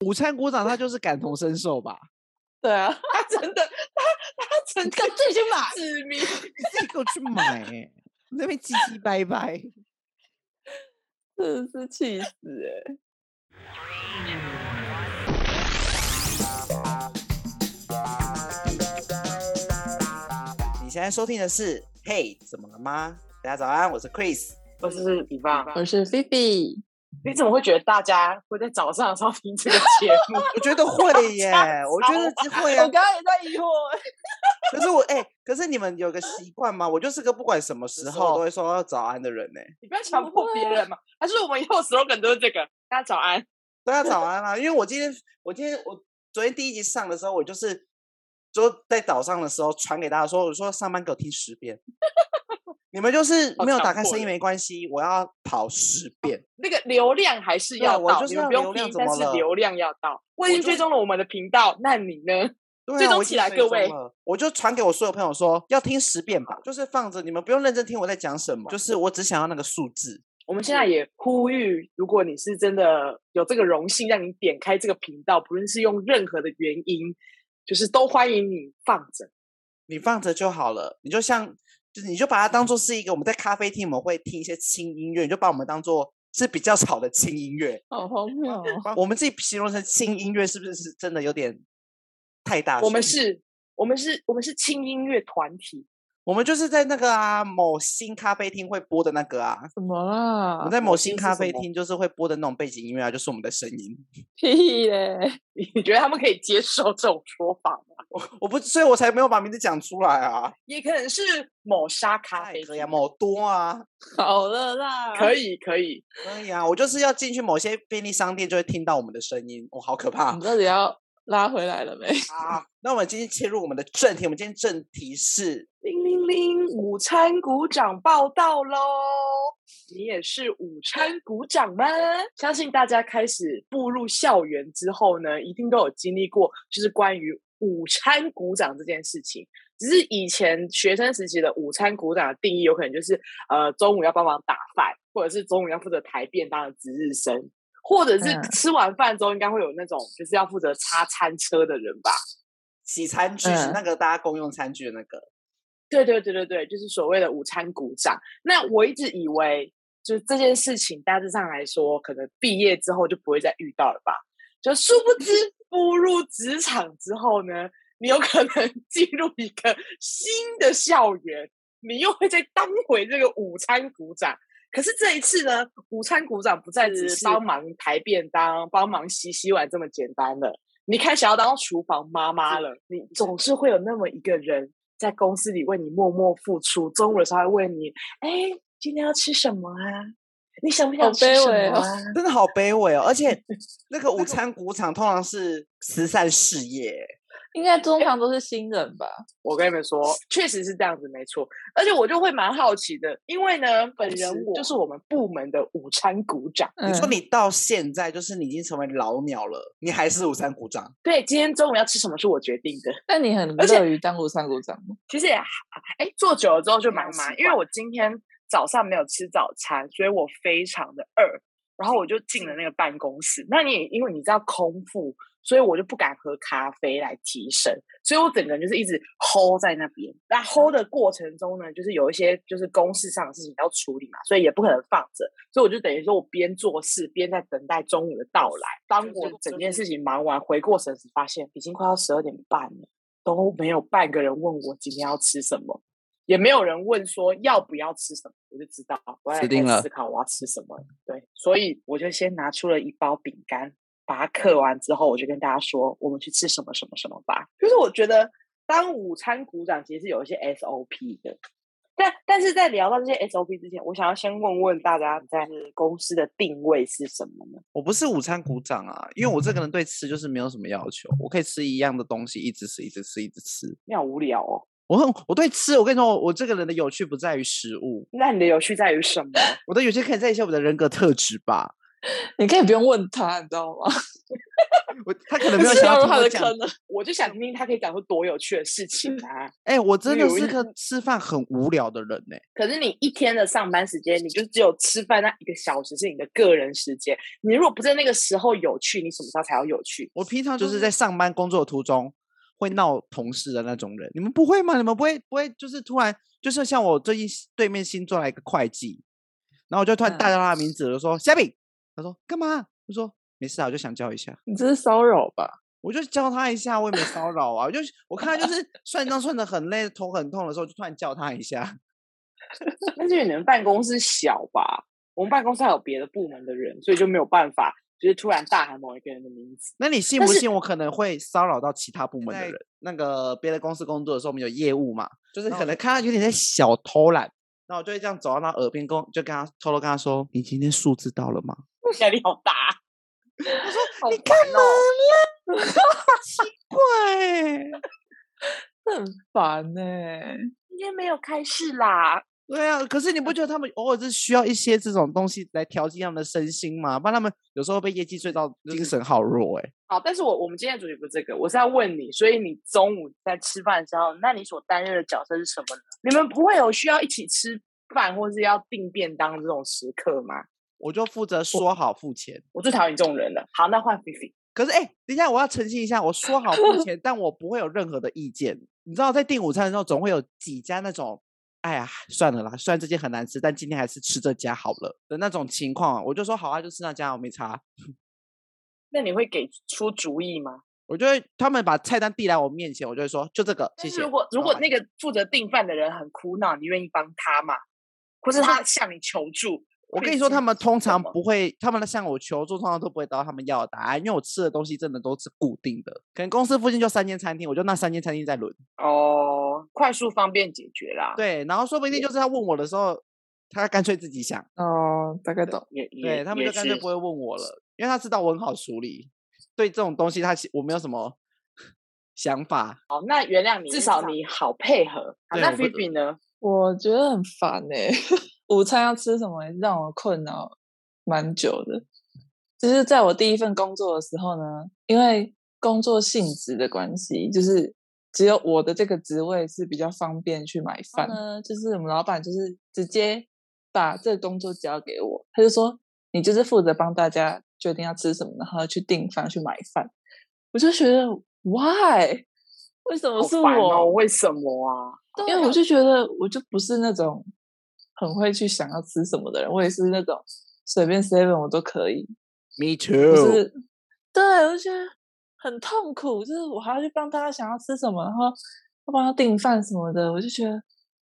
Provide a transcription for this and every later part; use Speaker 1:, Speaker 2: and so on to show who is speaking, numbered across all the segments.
Speaker 1: 午餐鼓掌，他就是感同身受吧？
Speaker 2: 对啊， 他真的，他他真的
Speaker 3: 干自己去买
Speaker 2: 指明，
Speaker 1: 你自己给我去买、欸，你那边唧唧掰掰。
Speaker 2: 真的是气 死哎、
Speaker 4: 你现在收听的是《嘿，怎么了吗》？大家早安，我是 Chris。
Speaker 2: 我是比方，
Speaker 3: 我是菲菲，
Speaker 2: 你怎么会觉得大家会在早上的时候听这个 节目？
Speaker 4: 我觉得会耶，我觉得是会啊。
Speaker 3: 刚也在疑惑，
Speaker 4: 可是我哎、可是你们有个习惯吗？我就是个不管什么时候都会说早安的人呢、欸
Speaker 2: 你不要强迫别人 嘛。还是我们以后 slogan 都是这个？大家早安，
Speaker 4: 大家早安啊！因为我今天，我今天，我昨天第一集上的时候，我就是就在早上的时候传给大家说，我说上班给我听十 遍。你们就是
Speaker 2: 好
Speaker 4: 没有
Speaker 2: 强
Speaker 4: 打开
Speaker 2: 迫哦
Speaker 4: 声音
Speaker 2: 人
Speaker 4: 没关系，我要跑十遍。
Speaker 2: 那个流量还是
Speaker 4: 对啊
Speaker 2: 要
Speaker 4: 我
Speaker 2: 到，
Speaker 4: 就
Speaker 2: 你
Speaker 4: 是要
Speaker 2: 们不用
Speaker 4: 流量
Speaker 2: 拼，
Speaker 4: 怎
Speaker 2: 但
Speaker 4: 么
Speaker 2: 是
Speaker 4: 了
Speaker 2: 流量要到。我已
Speaker 4: 我就
Speaker 2: 经追
Speaker 4: 是
Speaker 2: 踪了我们的频道，那你呢？
Speaker 4: 对
Speaker 2: 追
Speaker 4: 啊
Speaker 2: 踪
Speaker 4: 我已
Speaker 2: 起
Speaker 4: 经
Speaker 2: 来
Speaker 4: 追
Speaker 2: 各
Speaker 4: 踪
Speaker 2: 位
Speaker 4: 了我就传给我所有朋友说，要听十遍吧，就是放着，你们不用认真听我在讲什么，就是我只想要那个数字。
Speaker 2: 我们现在也呼吁，如果你是真的有这个荣幸，让你点开这个频道，不论是用任何的原因，就是都欢迎你放着。
Speaker 4: 你放着就好了，你就像就是你就把它当做是一个我们在咖啡厅我们会听一些轻音乐，你就把我们当做是比较吵的轻音乐，
Speaker 3: 好荒谬 哦！
Speaker 4: 我们自己形容成轻音乐是不是是真的有点太大声？
Speaker 2: 我们是，我们是，我们是轻音乐团体，
Speaker 4: 我们就是在那个啊某新咖啡厅会播的那个啊，
Speaker 3: 怎么
Speaker 4: 我
Speaker 3: 啦
Speaker 4: 们？在某
Speaker 2: 某
Speaker 4: 新
Speaker 2: 新
Speaker 4: 咖
Speaker 2: 是什
Speaker 4: 啡
Speaker 2: 么
Speaker 4: 厅就是会播的那种背景音乐啊，就是我们的声音。
Speaker 3: 屁嘞！
Speaker 2: 你觉得他们可以接受这种说法吗？
Speaker 4: 我不，所以我才没有把名字讲出来啊。
Speaker 2: 也可能是某沙咖啡
Speaker 4: 可
Speaker 2: 厅
Speaker 4: 以啊，某多啊，
Speaker 3: 好了啦，
Speaker 2: 可以可以，
Speaker 4: 可以啊。我就是要进去某些便利商店，就会听到我们的声音，哦，好可怕
Speaker 2: 嗯
Speaker 3: 你到底要拉回来了没？
Speaker 4: 啊！那我们今天切入我们的正题，我们今天正题是
Speaker 2: 铃铃铃，午餐鼓掌报道喽！你也是午餐鼓掌吗？相信大家开始步入校园之后呢，一定都有经历过，就是关于午餐鼓掌这件事情。只是以前学生时期的午餐鼓掌的定义，有可能就是呃中午要帮忙打饭，或者是中午要负责抬便当的值日生，或者是
Speaker 3: 嗯
Speaker 2: 吃完饭之后应该会有那种就是要负责擦餐车的人吧。
Speaker 4: 洗餐具，是
Speaker 3: 嗯
Speaker 4: 那个大家公用餐具的那个。
Speaker 2: 对对对对对，就是所谓的午餐鼓掌。那我一直以为，就是这件事情大致上来说，可能毕业之后就不会再遇到了吧？就殊不知步入职场之后呢，你有可能 进入一个新的校园，你又会再当回这个午餐鼓掌。可是这一次呢，午餐鼓掌不再只
Speaker 3: 是
Speaker 2: 是帮忙抬便当、帮忙洗洗碗这么简单了。你开始要当厨房妈妈了，你总是会有那么一个人在公司里为你默默付出，中午的时候还问你：“哎，今天要吃什么啊？你想不
Speaker 3: 好
Speaker 2: 想吃
Speaker 3: 卑
Speaker 2: 什
Speaker 3: 微
Speaker 2: 么
Speaker 3: 哦
Speaker 2: 啊？”
Speaker 4: 真的好卑微哦！而且那个午餐鼓场通常是慈善事业，
Speaker 3: 应该
Speaker 2: 哎
Speaker 3: 通常都是新人吧？
Speaker 2: 我跟你们说，确实是这样子，没错。而且我就会蛮好奇的，因为呢，本
Speaker 4: 其
Speaker 2: 人
Speaker 4: 实
Speaker 3: 哦
Speaker 2: 我就是我们部门的午餐股长。
Speaker 4: 你说
Speaker 3: 嗯
Speaker 4: 你到现在就是你已经成为老鸟了，你还是午餐鼓掌？
Speaker 2: 对，今天中午要吃什么是我决定的。
Speaker 3: 那你很
Speaker 2: 而且
Speaker 3: 乐于当午餐鼓掌吗？
Speaker 2: 其实也还，哎，做久了之后就蛮
Speaker 4: 习
Speaker 2: 麻，因为
Speaker 4: 惯
Speaker 2: 我今天早上没有吃早餐，所以我非常的饿，然后我就进了那个办公室。那你也因为你知道空腹，所以我就不敢喝咖啡来提神，所以我整个人就是一直 hold 在那边。
Speaker 4: 嗯
Speaker 2: 那 hold 的过程中呢，就是有一些就是公事上的事情要处理嘛，所以也不可能放着，所以我就等于说我边做事边在等待中午的到来。当我整件事情忙完，回过神时，发现已经快要十二点半了，都没有半个人问我今天要吃什么。也没有人问说要不要吃什么，我就知道我要
Speaker 5: 死定了
Speaker 2: 思考我要吃什么了。对，所以我就先拿出了一包饼干，把它刻完之后，我就跟大家说，我们去吃什么什么什么吧。就是我觉得当午餐鼓掌其实是有一些 SOP 的，但但是在聊到这些 SOP 之前，我想要先问问大家，在公司的定位是什么呢？
Speaker 5: 我不是午餐鼓掌啊，因为我这个人对吃就是没有什么要求，我可以吃一样的东西，一直吃，一直吃，一直吃。
Speaker 2: 你好无聊哦。
Speaker 5: 我很我对吃，我跟你说，我这个人的有趣不在于食物，
Speaker 2: 那你的有趣在于什么？
Speaker 5: 我的有趣可以在一些我的人格特质吧。
Speaker 3: 你可以不用问他，你知道吗？
Speaker 5: 我他可能没
Speaker 3: 不
Speaker 5: 有
Speaker 3: 是
Speaker 5: 想要
Speaker 3: 掉入
Speaker 5: 听
Speaker 3: 他
Speaker 5: 我
Speaker 3: 的
Speaker 5: 讲，
Speaker 3: 坑了。啊
Speaker 2: 我就想听听他可以讲出多有趣的事情啊！
Speaker 4: 哎、我真的
Speaker 2: 有
Speaker 4: 是
Speaker 2: 一
Speaker 4: 个吃饭很无聊的人呢、
Speaker 2: 可是你一天的上班时间，你就只有吃饭那一个小时是你的个人时间。你如果不在那个时候有趣，你什么时候才要有趣？
Speaker 4: 我平常就是在上班工作途中会闹同事的那种人，你们不会吗？你们不会不会就是突然就是像我最近新对面新做来一个会计，然后我就突然大叫他的名字，我就说虾饼，他说干嘛？我说没事啊，我就想叫一下，
Speaker 3: 你这是骚扰吧？
Speaker 4: 我就叫他一下，我也没骚扰啊，我就我看他就是算账算的很累，头很痛的时候，就突然叫他一下。
Speaker 2: 但是你们办公室小吧？我们办公室还有别的部门的人，所以就没有办法，就是突然大喊某一个人的名字。
Speaker 4: 那你信
Speaker 2: 但
Speaker 4: 不
Speaker 2: 是
Speaker 4: 信我可能会骚扰到其他部门的
Speaker 6: 在
Speaker 4: 人？那个别的公司工作的时候，我们有业务嘛，就是
Speaker 6: 那
Speaker 4: 可
Speaker 6: 我
Speaker 4: 能看他有点在小偷懒，然后我就会这样走到他耳边，跟我就跟他偷偷跟他说：“你今天数字到了吗
Speaker 2: 压力好大。我说你
Speaker 4: 干嘛啦？ 奇怪、
Speaker 3: 这很烦呢、
Speaker 2: 今天没有开市啦，
Speaker 4: 对啊，可是你不觉得他们偶尔是需要一些这种东西来调剂他们的身心吗？不然他们有时候被业绩睡到精神好弱哎、
Speaker 2: 好，但是我我们今天的主题不是这个，我是要问你，所以你中午在吃饭的时候，那你所担任的角色是什么呢？你们不会有需要一起吃饭或是要订便当这种时刻吗？
Speaker 4: 我就负责说好付钱。
Speaker 2: 我最讨厌这种人了。好，那换菲菲，
Speaker 4: 可是哎、等一下我要澄清一下，我说好付钱，但我不会有任何的意见。你知道，在订午餐的时候，总会有几家那种，哎呀，算了啦，虽然这间很难吃，但今天还是吃这家好了的那种情况啊，我就说好啊，就吃那家，我没差。
Speaker 2: 那你会给出主意吗？
Speaker 4: 我就会他们把菜单递来我面前，我就会说就这个，谢
Speaker 2: 但是
Speaker 4: 谢。
Speaker 2: 如果如
Speaker 4: 然后
Speaker 2: 果
Speaker 4: 把
Speaker 2: 那个负责订饭的人很苦恼，你愿意帮他吗？或是他向你求助？
Speaker 4: 我
Speaker 2: 可
Speaker 4: 跟
Speaker 2: 以
Speaker 4: 你说，
Speaker 2: 进
Speaker 4: 他们
Speaker 2: 行
Speaker 4: 通
Speaker 2: 什
Speaker 4: 常
Speaker 2: 么
Speaker 4: 不会，他们向我求助，通常都不会得到他们要的答案，因为我吃的东西真的都是固定的，可能公司附近就三间餐厅，我就那三间餐厅在轮。
Speaker 2: 哦，快速方便解决啦。，
Speaker 4: 对，然后说不定就是他问我的时候，他干脆自己想，
Speaker 3: 哦，大概懂。
Speaker 2: 也也
Speaker 4: 对他们
Speaker 2: 也
Speaker 4: 就干脆
Speaker 2: 是
Speaker 4: 不会问我了，因为他知道我很好处理。对这种东西他其，我没有什么想法。
Speaker 2: 好，那原谅你，至
Speaker 1: 至
Speaker 2: 少
Speaker 1: 少
Speaker 2: 你好配合。好
Speaker 4: 对
Speaker 2: 那
Speaker 4: 我会
Speaker 2: Vivi 呢？
Speaker 3: 我觉得很烦呢、 午餐要吃什么也是让我困扰蛮久的。就是在我第一份工作的时候呢，因为工作性质的关系，就是只有我的这个职位是比较方便去买
Speaker 2: 嗯
Speaker 3: 饭呢。就是我们老板就是直接把这个工作交给我，他就说你就是负责帮大家决定要吃什么，然后去订饭去买饭。我就觉得 why 为什么
Speaker 2: 好
Speaker 3: 是
Speaker 2: 烦
Speaker 3: 我？
Speaker 2: 哦，为什么啊？
Speaker 3: 因为我就觉得我就不是那种很会去想要吃什么的人，我也是那种随便 seven 我都可以，
Speaker 4: Me
Speaker 3: 就
Speaker 4: too。
Speaker 3: 是对，我就觉得很痛苦，就是我还要去帮大家想要吃什么，然后要帮他订饭什么的，我就觉得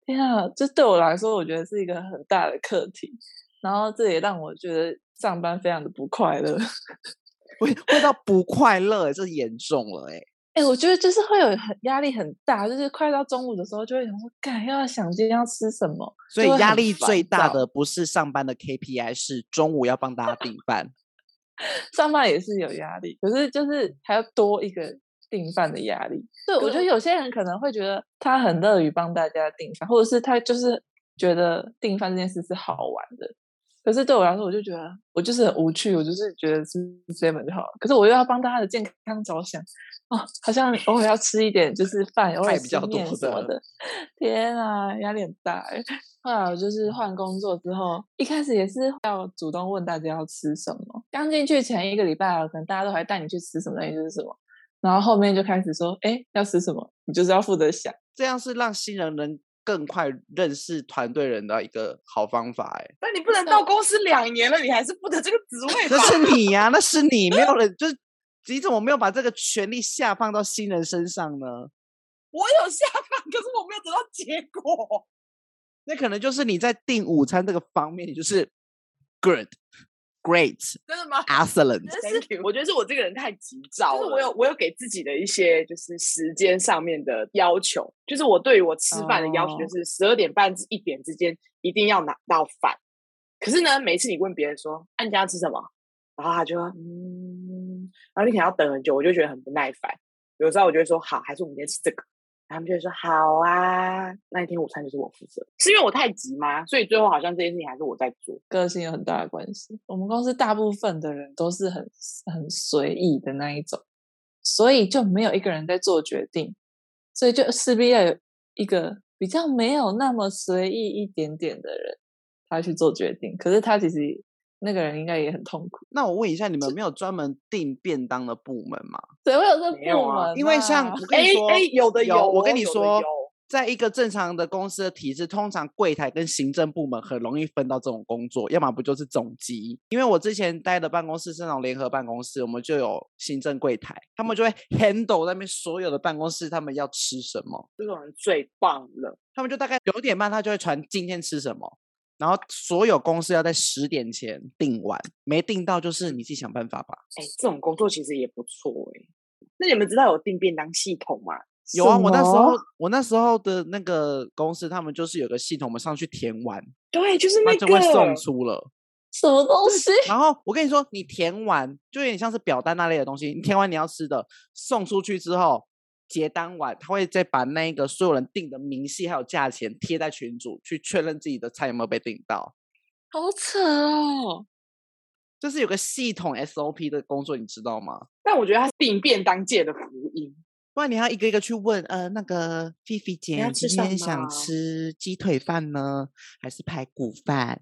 Speaker 3: 天啊，这对我来说我觉得是一个很大的课题，然后这也让我觉得上班非常的不快乐。
Speaker 4: 会会到不快乐，这严重了哎、
Speaker 3: 哎、我觉得就是会有很压力很大，就是快到中午的时候就会想说，干要想今天要吃什么，
Speaker 4: 所以
Speaker 3: 就会
Speaker 4: 压
Speaker 3: 很
Speaker 4: 力最
Speaker 3: 烦
Speaker 4: 大
Speaker 3: 躁
Speaker 4: 的不是上班的 KPI，是中午要帮大家订饭。
Speaker 3: 上班也是有压力，可是就是还要多一个订饭的压力。对，我觉得有些人可能会觉得他很乐于帮大家订饭，或者是他就是觉得订饭这件事是好玩的。可是对我来说，我就觉得我就是很无趣，我就是觉得吃 seven 就好了。可是我又要帮大家的健康着想，哦，好像偶尔要吃一点就是饭，偶尔
Speaker 4: 菜比
Speaker 3: 吃
Speaker 4: 较
Speaker 3: 面
Speaker 4: 多
Speaker 3: 什么
Speaker 4: 的
Speaker 3: 的。天啊，压力很大哎、后来我
Speaker 4: 嗯
Speaker 3: 就是换工作之后，一开始也是要主动问大家要吃什么。刚进去前一个礼拜啊，可能大家都还带你去吃什么东西就是什么，然后后面就开始说，哎，要吃什么，你就是要负责想。
Speaker 4: 这样是让新人能更快认识团队人的一个好方法哎、
Speaker 2: 那你不能到公司两年了，你还是不得这个职位吧
Speaker 4: 那？是你呀、那是你， 没有人就是你怎么没有把这个权利下放到新人身上呢？
Speaker 2: 我有下班，可是我没有得到结果。
Speaker 4: 那可能就是你在订午餐这个方面，你就是 good、great、
Speaker 2: 真的吗？
Speaker 4: excellent。
Speaker 2: 真是，我觉得是我这个人太急躁就是我
Speaker 3: 了
Speaker 2: 有我有给自己的一些就是时间上面的要求，就是我对于我吃饭的要求就
Speaker 3: 哦
Speaker 2: 是十二点半至一点之间一定要拿到饭。可是呢，每一次你问别人说“啊，你今天要吃什么”，然后他就说“嗯”，然后你可能要等很久，我就觉得很不耐烦。有时候我就会说“好，还是我们今天吃这个”，然后他们就会说“好啊”。那一天午餐就是我负责，是因为我太急吗？所以最后好像这件事情还是我在做。
Speaker 3: 个性有很大的关系。我们公司大部分的人都是很很随意的那一种，所以就没有一个人在做决定，所以就势必要有一个比较没有那么随意一点点的人，他去做决定。可是他其实那个人应该也很痛苦。
Speaker 4: 那我问一下，你们没有专门订便当的部门吗？
Speaker 3: 谁会有这部
Speaker 2: 没有
Speaker 3: 门、
Speaker 2: 啊
Speaker 4: 因为像我跟
Speaker 2: 哎
Speaker 4: 你说，
Speaker 2: 哎，有的
Speaker 4: 有，我
Speaker 2: 哦
Speaker 4: 跟你
Speaker 2: 有的
Speaker 4: 说
Speaker 2: 有，
Speaker 4: 在一个正常的公司的体制，通常柜台跟行政部门很容易分到这种工作，要么不就是总机。因为我之前待的办公室是那种联合办公室，我们就有行政柜台，他们就会 handle 那边所有的办公室他们要吃什么，
Speaker 2: 这种人最棒了，
Speaker 4: 他们就大概九点半他就会传今天吃什么。然后所有公司要在十点前订完，没订到就是你自己想办法吧。
Speaker 2: 哎，这种工作其实也不错哎。那你们知道有订便当系统吗？
Speaker 4: 有啊，我那时
Speaker 3: 什么
Speaker 4: 候我那时候的那个公司，他们就是有个系统，我们上去填完，
Speaker 2: 对，就是
Speaker 4: 它
Speaker 2: 那
Speaker 4: 就会送
Speaker 2: 个，
Speaker 4: 出了。
Speaker 3: 什么东西？
Speaker 4: 然后我跟你说，你填完就有点像是表单那类的东西，你填完你要吃的送出去之后，结单完他会再把那个所有人订的明细还有价钱贴在群组，去确认自己的菜有没有被订到。
Speaker 3: 好扯哦！
Speaker 4: 这是有个系统 SOP 的工作，你知道吗？
Speaker 2: 但我觉得它是订便当界的福音。
Speaker 4: 不然你还要一个一个去问，呃，那个菲菲姐，
Speaker 2: 要
Speaker 4: 你今
Speaker 2: 吃什
Speaker 4: 天想
Speaker 2: 么
Speaker 4: 吃鸡腿饭呢，还是排骨 饭？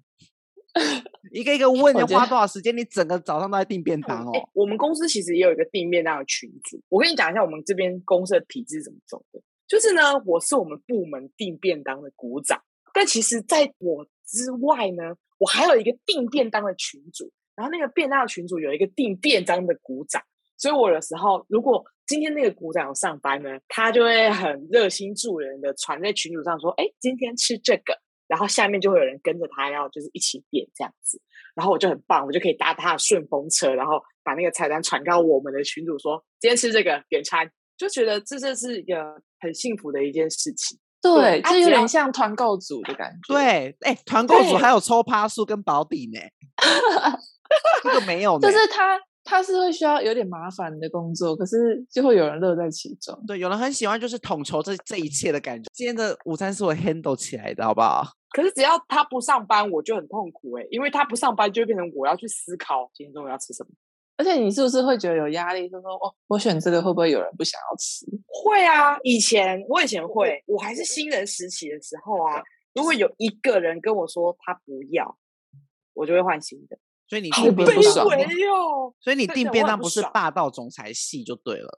Speaker 4: 一个一个问，
Speaker 3: 我
Speaker 4: 要
Speaker 3: 觉
Speaker 4: 花
Speaker 3: 得
Speaker 4: 多少时间？你整个早上都在订 便当
Speaker 2: 哎
Speaker 4: 哦。
Speaker 2: 我们公司其实也有一个订便当的群组，我跟你讲一下我们这边公司的体制怎么走的。就是呢，我是我们部门订便当的股长，但其实在我之外呢，我还有一个订便当的群组，然后那个便当的群组有一个订便当的股长，所以我有时候如果今天那个股长有上班呢，他就会很热心助人的传在群组上说，哎，今天吃这个，然后下面就会有人跟着他要就是一起点这样子。然后我就很棒，我就可以搭他的顺风车，然后把那个菜单传到我们的群主说，今天吃这个点餐，就觉得这这是一个很幸福的一件事情。对
Speaker 3: 对，
Speaker 2: 啊
Speaker 3: 这有
Speaker 2: 只
Speaker 3: 点
Speaker 2: 要
Speaker 3: 像团购组的感觉。，
Speaker 4: 对，哎、团购组
Speaker 2: 对
Speaker 4: 还有抽趴数跟保底呢，这个没有呢。
Speaker 3: 就是他，他是会需要有点麻烦的工作，可是就会有人乐在其中。
Speaker 4: 对，有人很喜欢就是统筹这这一切的感觉。今天的午餐是我 handle 起来的，好不好？
Speaker 2: 可是只要他不上班，我就很痛苦哎、因为他不上班就会变成我要去思考今天中午要吃什么。
Speaker 3: 而且你是不是会觉得有压力？就说哦，我选这个会不会有人不想要吃？
Speaker 2: 会啊，以前我以前会，我还是新人时期的时候啊，如果有一个人跟我说他不要，我就会换新的，
Speaker 4: 所以你
Speaker 2: 好
Speaker 4: 订
Speaker 3: 会不会
Speaker 4: 便
Speaker 3: 不
Speaker 4: 当，
Speaker 3: 爽
Speaker 2: 卑微哟、
Speaker 4: 所以你
Speaker 2: 对
Speaker 4: 订
Speaker 2: 对
Speaker 4: 便
Speaker 2: 我很
Speaker 4: 当
Speaker 2: 不
Speaker 4: 不是
Speaker 2: 爽
Speaker 4: 霸道总裁系就对了。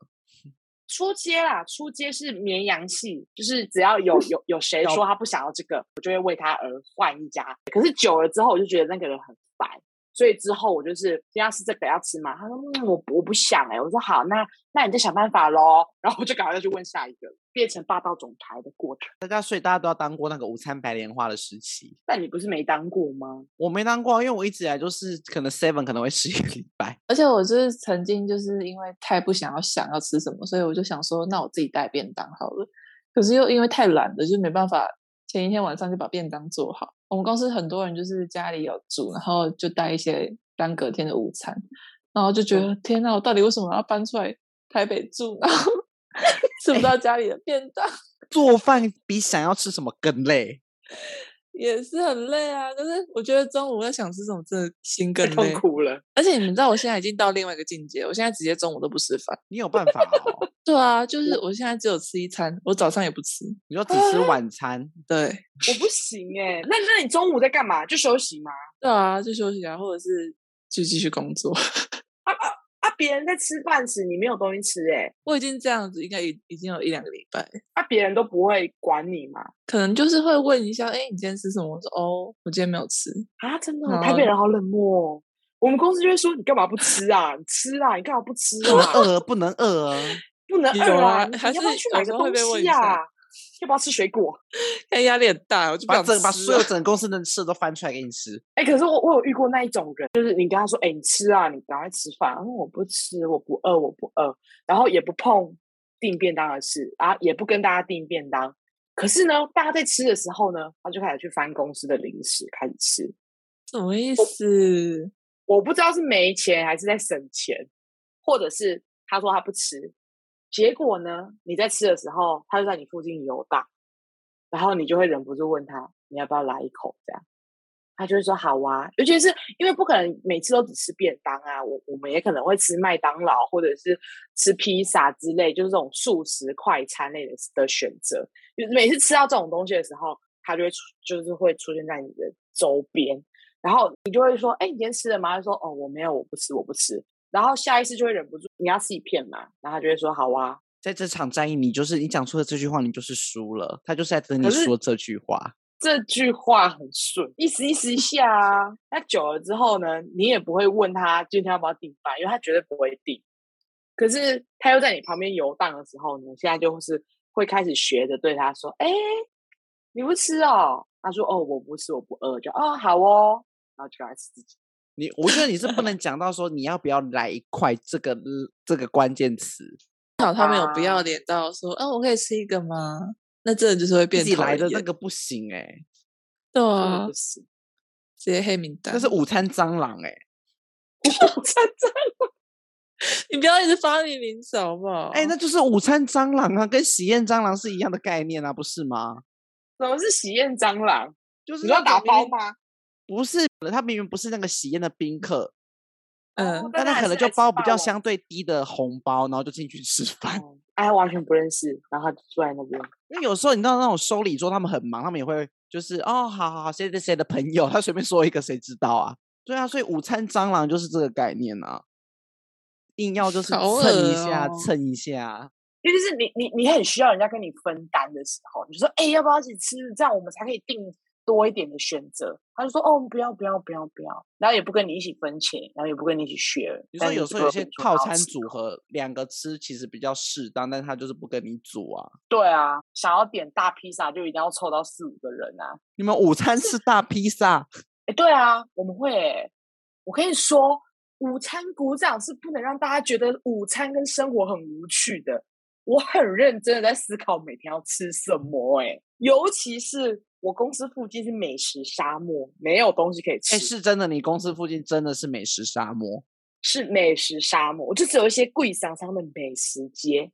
Speaker 2: 出街啦，出街是绵羊系，就是只要 有有有谁说他不想要这个，我就会为他而换一家。可是久了之后，我就觉得那个人很烦，所以之后我就是今天要吃这个要吃吗？他说、嗯、我不我不想哎、我说好，那那你再想办法喽。然后我就赶快再去问下一个，变成霸道总裁的过程。
Speaker 4: 大家所以大家都要当过那个午餐白莲花的时期。
Speaker 2: 那你不是没当过吗？
Speaker 4: 我没当过啊，因为我一直以来就是可能 seven 可能会吃一个礼拜。
Speaker 3: 而且我就是曾经就是因为太不想要想要吃什么，所以我就想说，那我自己带便当好了。可是又因为太懒了，就没办法。前一天晚上就把便当做好。我们公司很多人就是家里有煮，然后就带一些当隔天的午餐，然后就觉
Speaker 2: 哦
Speaker 3: 得、天呐，我到底为什么要搬出来台北住，然后 吃不到
Speaker 2: 哎
Speaker 3: 家里的便当，
Speaker 4: 做饭比想要吃什么更累。
Speaker 3: 也是很累啊。可是我觉得中午要想吃什么，真的欸心更
Speaker 2: 太痛
Speaker 3: 累。
Speaker 2: 苦了。
Speaker 3: 而且你们知道，我现在已经到另外一个境界，我现在直接中午都不吃饭。
Speaker 4: 你有办法哦？
Speaker 3: 对啊，就是我现在只有吃一餐，我早上也不吃。
Speaker 4: 你说只吃晚餐，
Speaker 3: 对，
Speaker 2: 我不行哎、那那你中午在干嘛？就休息吗？
Speaker 3: 对啊，就休息啊，或者是就继续工作。
Speaker 2: 啊，别人在吃饭时你没有东西吃哎、
Speaker 3: 我已经这样子，应该已已经有一两个礼拜，
Speaker 2: 啊，别人都不会管你吗？
Speaker 3: 可能就是会问一下，哎，你今天吃什么？我说哦，我今天没有吃。
Speaker 2: 啊，真的哦，
Speaker 3: 然
Speaker 2: 台
Speaker 3: 后
Speaker 2: 北人好冷漠哦。我们公司就会说你干嘛不吃啊？你吃啊，你干嘛不吃
Speaker 4: 不能
Speaker 2: 啊？
Speaker 4: 饿，不能饿啊！
Speaker 2: 不能
Speaker 3: 有
Speaker 2: 饿
Speaker 3: 啊
Speaker 2: 啊！你
Speaker 3: 还
Speaker 2: 你要不要
Speaker 3: 是
Speaker 2: 去
Speaker 3: 有
Speaker 2: 买
Speaker 3: 时
Speaker 2: 个
Speaker 3: 候会
Speaker 2: 东
Speaker 3: 被问
Speaker 2: 西
Speaker 3: 一下
Speaker 2: 呀、要不要吃水果？
Speaker 3: 现在压力很大，我就不
Speaker 4: 把
Speaker 3: 想吃啊
Speaker 4: 整把所有
Speaker 3: 了。
Speaker 4: 整公司能吃的都翻出来给你吃。
Speaker 2: 哎、可是我我有遇过那一种人，就是你跟他说，哎、你吃啊，你赶快吃饭。然后我不吃，我不饿，我不饿，然后也不碰订便当的事啊，也不跟大家订便当。可是呢，大家在吃的时候呢，他就开始去翻公司的零食开始吃。
Speaker 3: 什么意思？
Speaker 2: 我不知道是没钱还是在省钱，或者是他说他不吃，结果呢，你在吃的时候，他就在你附近游荡，然后你就会忍不住问他，你要不要来一口？这样他就会说好啊，尤其是因为不可能每次都只吃便当啊，我我们也可能会吃麦当劳或者是吃披萨之类，就是这种素食快餐类的的选择。就是每次吃到这种东西的时候，它就会出就是会出现在你的周边，然后你就会说，哎、你今天吃了吗？他说哦，我没有，我不吃，我不吃。然后下意识就会忍不住，你要吃一片嘛，然后他就会说好啊，
Speaker 4: 在这场战役，你就是你讲出了这句话，你就是输了。他就是在等你
Speaker 2: 可是
Speaker 4: 说这句话。
Speaker 2: 这句话很顺，意思意思一下啊。那久了之后呢，你也不会问他今天要不要订饭，因为他绝对不会订。可是他又在你旁边游荡的时候呢，现在就是会开始学着对他说：“哎、你不吃哦？”他说：“哦，我不吃，我不饿。就”哦，好哦，然后就赶快吃自己。
Speaker 4: 你，我觉得你是不能讲到说你要不要来一块这个这个关键词，
Speaker 3: 幸好他没有不
Speaker 2: 啊
Speaker 3: 要脸到说，啊，我可以吃一个吗？那真的就是会
Speaker 4: 自
Speaker 3: 变
Speaker 4: 己来
Speaker 3: 讨
Speaker 4: 的那
Speaker 3: 厌
Speaker 4: 个不行哎、
Speaker 3: 对
Speaker 4: 嗯
Speaker 2: 真的
Speaker 3: 啊
Speaker 2: 不，是，
Speaker 3: 直接黑名单。
Speaker 4: 那是午餐蟑螂哎、
Speaker 2: 真的
Speaker 3: 你不要一直发明名词好不
Speaker 2: 哦
Speaker 3: 好？
Speaker 4: 哎、那就是午餐蟑螂啊，跟喜宴蟑螂是一样的概念啊，不是吗？
Speaker 2: 怎么是喜宴蟑螂？
Speaker 4: 就是
Speaker 2: 你
Speaker 4: 那
Speaker 2: 说
Speaker 4: 种
Speaker 2: 打
Speaker 4: 嗯明
Speaker 2: 包
Speaker 4: 明
Speaker 2: 吗？
Speaker 4: 不是，他明明不是那个喜宴的宾客，
Speaker 3: 嗯，
Speaker 4: 呃但他
Speaker 2: 还
Speaker 4: 可
Speaker 2: 是
Speaker 4: 能就
Speaker 2: 来吃
Speaker 4: 包比
Speaker 2: 霸
Speaker 4: 较
Speaker 2: 王
Speaker 4: 相对低的红包，然后就进去吃饭。
Speaker 2: 哦哎，完全不认识，然后他就坐在那边。
Speaker 4: 因为有时候你知道那种收礼桌，他们很忙，他们也会就是哦，好好好，谁谁谁的朋友，他随便说一个，谁知道啊？对啊，所以午餐蟑螂就是这个概念啊，硬要就是
Speaker 3: 好
Speaker 4: 蹭一
Speaker 3: 恶
Speaker 4: 下，
Speaker 3: 哦
Speaker 4: 蹭一下。
Speaker 2: 尤其是你你你很需要人家跟你分担的时候，你就说哎、要不要一起吃？这样我们才可以定多一点的选择。他就说哦，不要不要不要不要，然后也不跟你一起分钱，然后也不跟你一起 share
Speaker 4: 你说
Speaker 2: 但是
Speaker 4: 有
Speaker 2: 就
Speaker 4: 时候有
Speaker 2: 会
Speaker 4: 些
Speaker 2: 跟你说
Speaker 4: 套
Speaker 2: 好
Speaker 4: 餐
Speaker 2: 吃
Speaker 4: 组合，两个吃其实比较适当，但他就是不跟你组啊。
Speaker 2: 对啊，想要点大披萨就一定要凑到四五个人啊。
Speaker 4: 你们午餐吃大披萨，
Speaker 2: 哎、对啊，我们会、欸，我跟你说，午餐鼓掌是不能让大家觉得午餐跟生活很无趣的。我很认真的在思考每天要吃什么、欸，尤其是我公司附近是美食沙漠，没有东西可以 吃，
Speaker 4: 哎，是真的，你公司附近真的是美食沙漠。
Speaker 2: 是美食沙漠，就只有一些贵商商的美食街。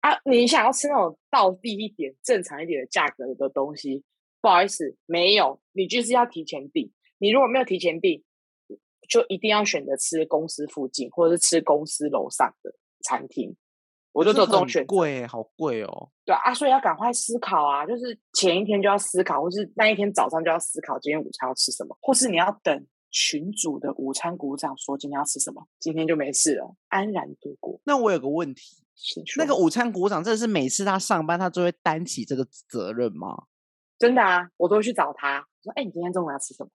Speaker 2: 啊，你想要吃那种道地一点、正常一点的价格的东西，不好意思，没有，你就是要提前订。你如果没有提前订，就一定要选择吃公司附近或者是吃公司楼上的餐厅。我就
Speaker 4: 这
Speaker 2: 做这种
Speaker 4: 很
Speaker 2: 选择，
Speaker 4: 贵，好贵哦。
Speaker 2: 对啊，啊所以要赶快思考啊，就是前一天就要思考，或是那一天早上就要思考今天午餐要吃什么，或是你要等群主的午餐鼓掌说今天要吃什么，今天就没事了，安然度过。
Speaker 4: 那我有个问题，
Speaker 2: 请
Speaker 4: 那个
Speaker 2: 说
Speaker 4: 午餐股长，真的是每次他上班，他就会担起这个责任吗？
Speaker 2: 真的啊，我都会去找他，说：“哎、你今天中午要吃什么？”